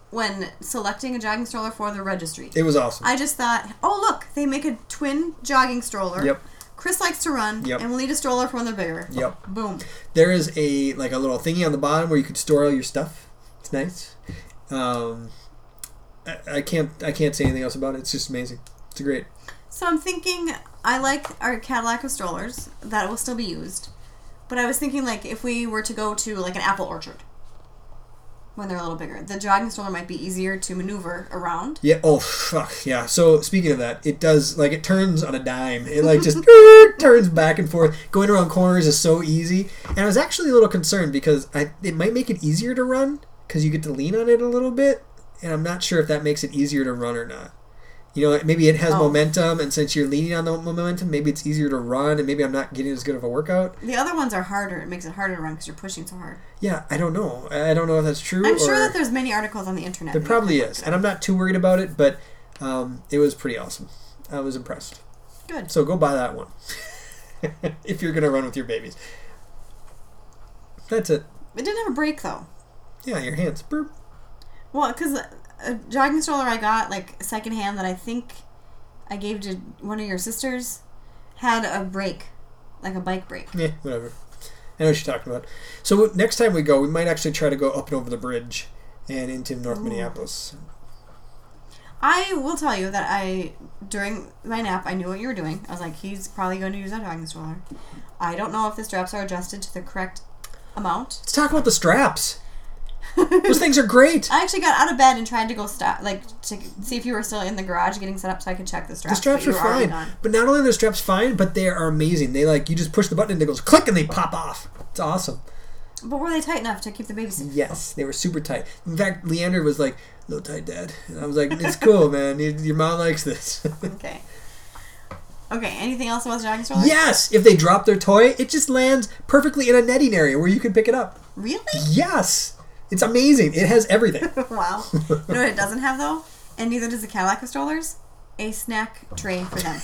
when selecting a jogging stroller for the registry.
It was awesome.
I just thought, oh look, they make a twin jogging stroller.
Yep.
Chris likes to run,
Yep.
and we'll need a stroller for when they're bigger.
Yep.
Boom.
There is a like a little thingy on the bottom where you could store all your stuff. It's nice. Um, I, I can't I can't say anything else about it. It's just amazing. It's great.
So I'm thinking I like our Cadillac of strollers that will still be used, but I was thinking like if we were to go to like an apple orchard when they're a little bigger, the jogging stroller might be easier to maneuver around.
Yeah. Oh fuck yeah. So speaking of that, it does like it turns on a dime. It like
[laughs]
just err, turns back and forth. Going around corners is so easy. And I was actually a little concerned because I it might make it easier to run because you get to lean on it a little bit, and I'm not sure if that makes it easier to run or not. You know, maybe it has
Oh.
momentum, and since you're leaning on the momentum, maybe it's easier to run, and maybe I'm not getting as good of a workout.
The other ones are harder. It makes it harder to run because you're pushing so hard.
Yeah, I don't know. I I don't know if that's true.
I'm
or...
sure that there's many articles on the internet.
There
that-
probably is, and I'm not too worried about it, but um, it was pretty awesome. I was impressed.
Good.
So go buy that one [laughs] if you're gonna run with your babies. That's it.
It didn't have a brake though.
Yeah, your hands. Burp.
Well, because a jogging stroller I got like secondhand that I think I gave to one of your sisters had a brake, like a bike brake.
Yeah, whatever. I know what you're talking about. So next time we go, we might actually try to go up and over the bridge and into North Minneapolis.
I will tell you that I during my nap I knew what you were doing. I was like, he's probably going to use that jogging stroller. I don't know if the straps are adjusted to the correct amount.
Let's talk about the straps. Those things are
[laughs]
great.
I actually got out of bed and tried to go stop, like to see if you were still in the garage getting set up so I could check the
The
straps.
straps
but
are
you were already
fine,
gone.
but not only are the straps fine, but they are amazing. They like you just push the button and it goes click and they pop off. It's awesome.
But were they tight enough to keep the baby safe?
Yes, they were super tight. In fact, Leander was like, "A "Little tight, Dad," and I was like, "It's cool, [laughs] man. You- Your mom likes this." [laughs]
Okay. Okay. Anything else about the jogging stroller?
yes, if they drop their toy, it just lands perfectly in a netting area where you can pick it up.
Really? [laughs]
Yes, it's amazing. It has everything.
wow. You know what it doesn't have though, and neither does the Cadillac of strollers. A snack tray for them.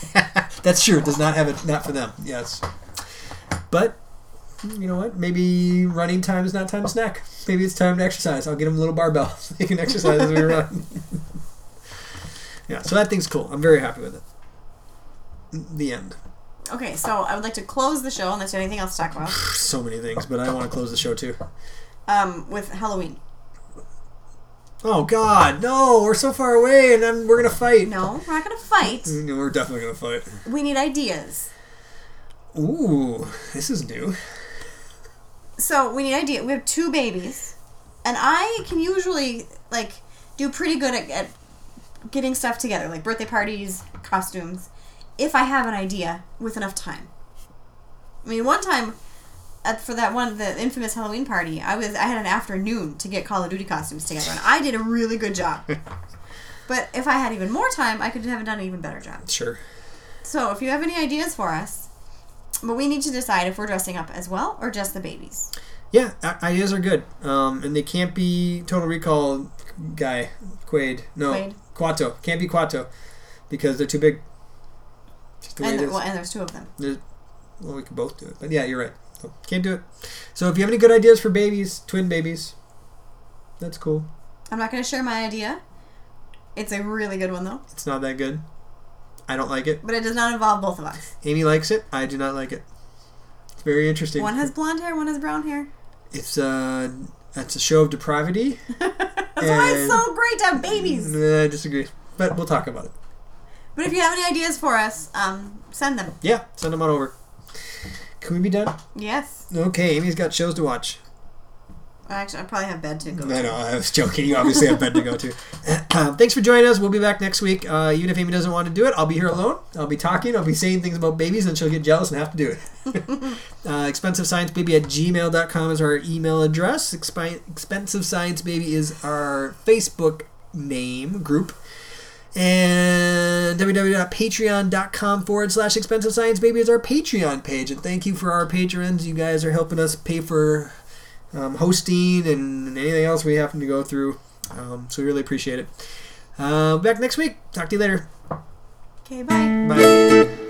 [laughs] That's true. It does not have it. Not for them. Yes, but you know what? Maybe running time is not time to snack. Maybe it's time to exercise. I'll get them little [laughs] barbells. They can exercise as we run. [laughs] yeah, so that thing's cool. I'm very happy with it. The end.
Okay, so I would like to close the show unless you have anything else to talk about.
so many things, but I want to close the show too.
Um, with Halloween.
Oh God, no! We're so far away, and I'm, we're gonna fight. Mm,
No, we're not gonna fight.
No, we're definitely gonna fight.
We need ideas.
Ooh, this is new.
So we need ideas. We have two babies, and I can usually like do pretty good at, at getting stuff together, like birthday parties, costumes, if I have an idea with enough time. I mean, one time. At, for that one, the infamous Halloween party, I was I had an afternoon to get Call of Duty costumes together, and I did a really good job. but if I had even more time, I could have done an even better job.
Sure.
So, if you have any ideas for us, but we need to decide if we're dressing up as well or just the babies.
Yeah, i- ideas are good, um, and they can't be Total Recall guy Quaid. No,
Quaid.
Quato can't be Quato because they're too big. Just the way
And
it is.
well, and there's two of them.
There's- well, we could both do it, but yeah, you're right. So, can't do it. So if you have any good ideas for babies, twin babies, that's cool.
I'm not going to share my idea. It's a really good one though,
It's not that good. I don't like it.
but it does not involve both of us.
Amy likes it. I do not like it. It's very interesting.
One
[laughs]
has blonde hair, one has brown hair. [laughs]
it's uh, it's a show of depravity.
That's why it's so great to have babies.
Nah, I disagree, but we'll talk about it.
But if you have any ideas for us, um, send them.
Yeah, send them on over. Can we be done?
Yes.
Okay, Amy's got shows to watch.
Actually, I probably have bed to go.
I
to.
know, I was joking. You obviously have bed to go to. [clears throat] Um, thanks for joining us. We'll be back next week. Uh, even if Amy doesn't want to do it, I'll be here alone. I'll be talking. I'll be saying things about babies, and she'll get jealous and have to do it. [laughs] uh, expensive science baby at gmail.com is our email address. Expi- expensive science baby is our Facebook name group. And www.patreon.com forward slash expensive science baby is our Patreon page. And thank you for our patrons. You guys are helping us pay for um, hosting and anything else we happen to go through. Um, so we really appreciate it. Uh, back next week. Talk to you later.
Okay, bye.
Bye.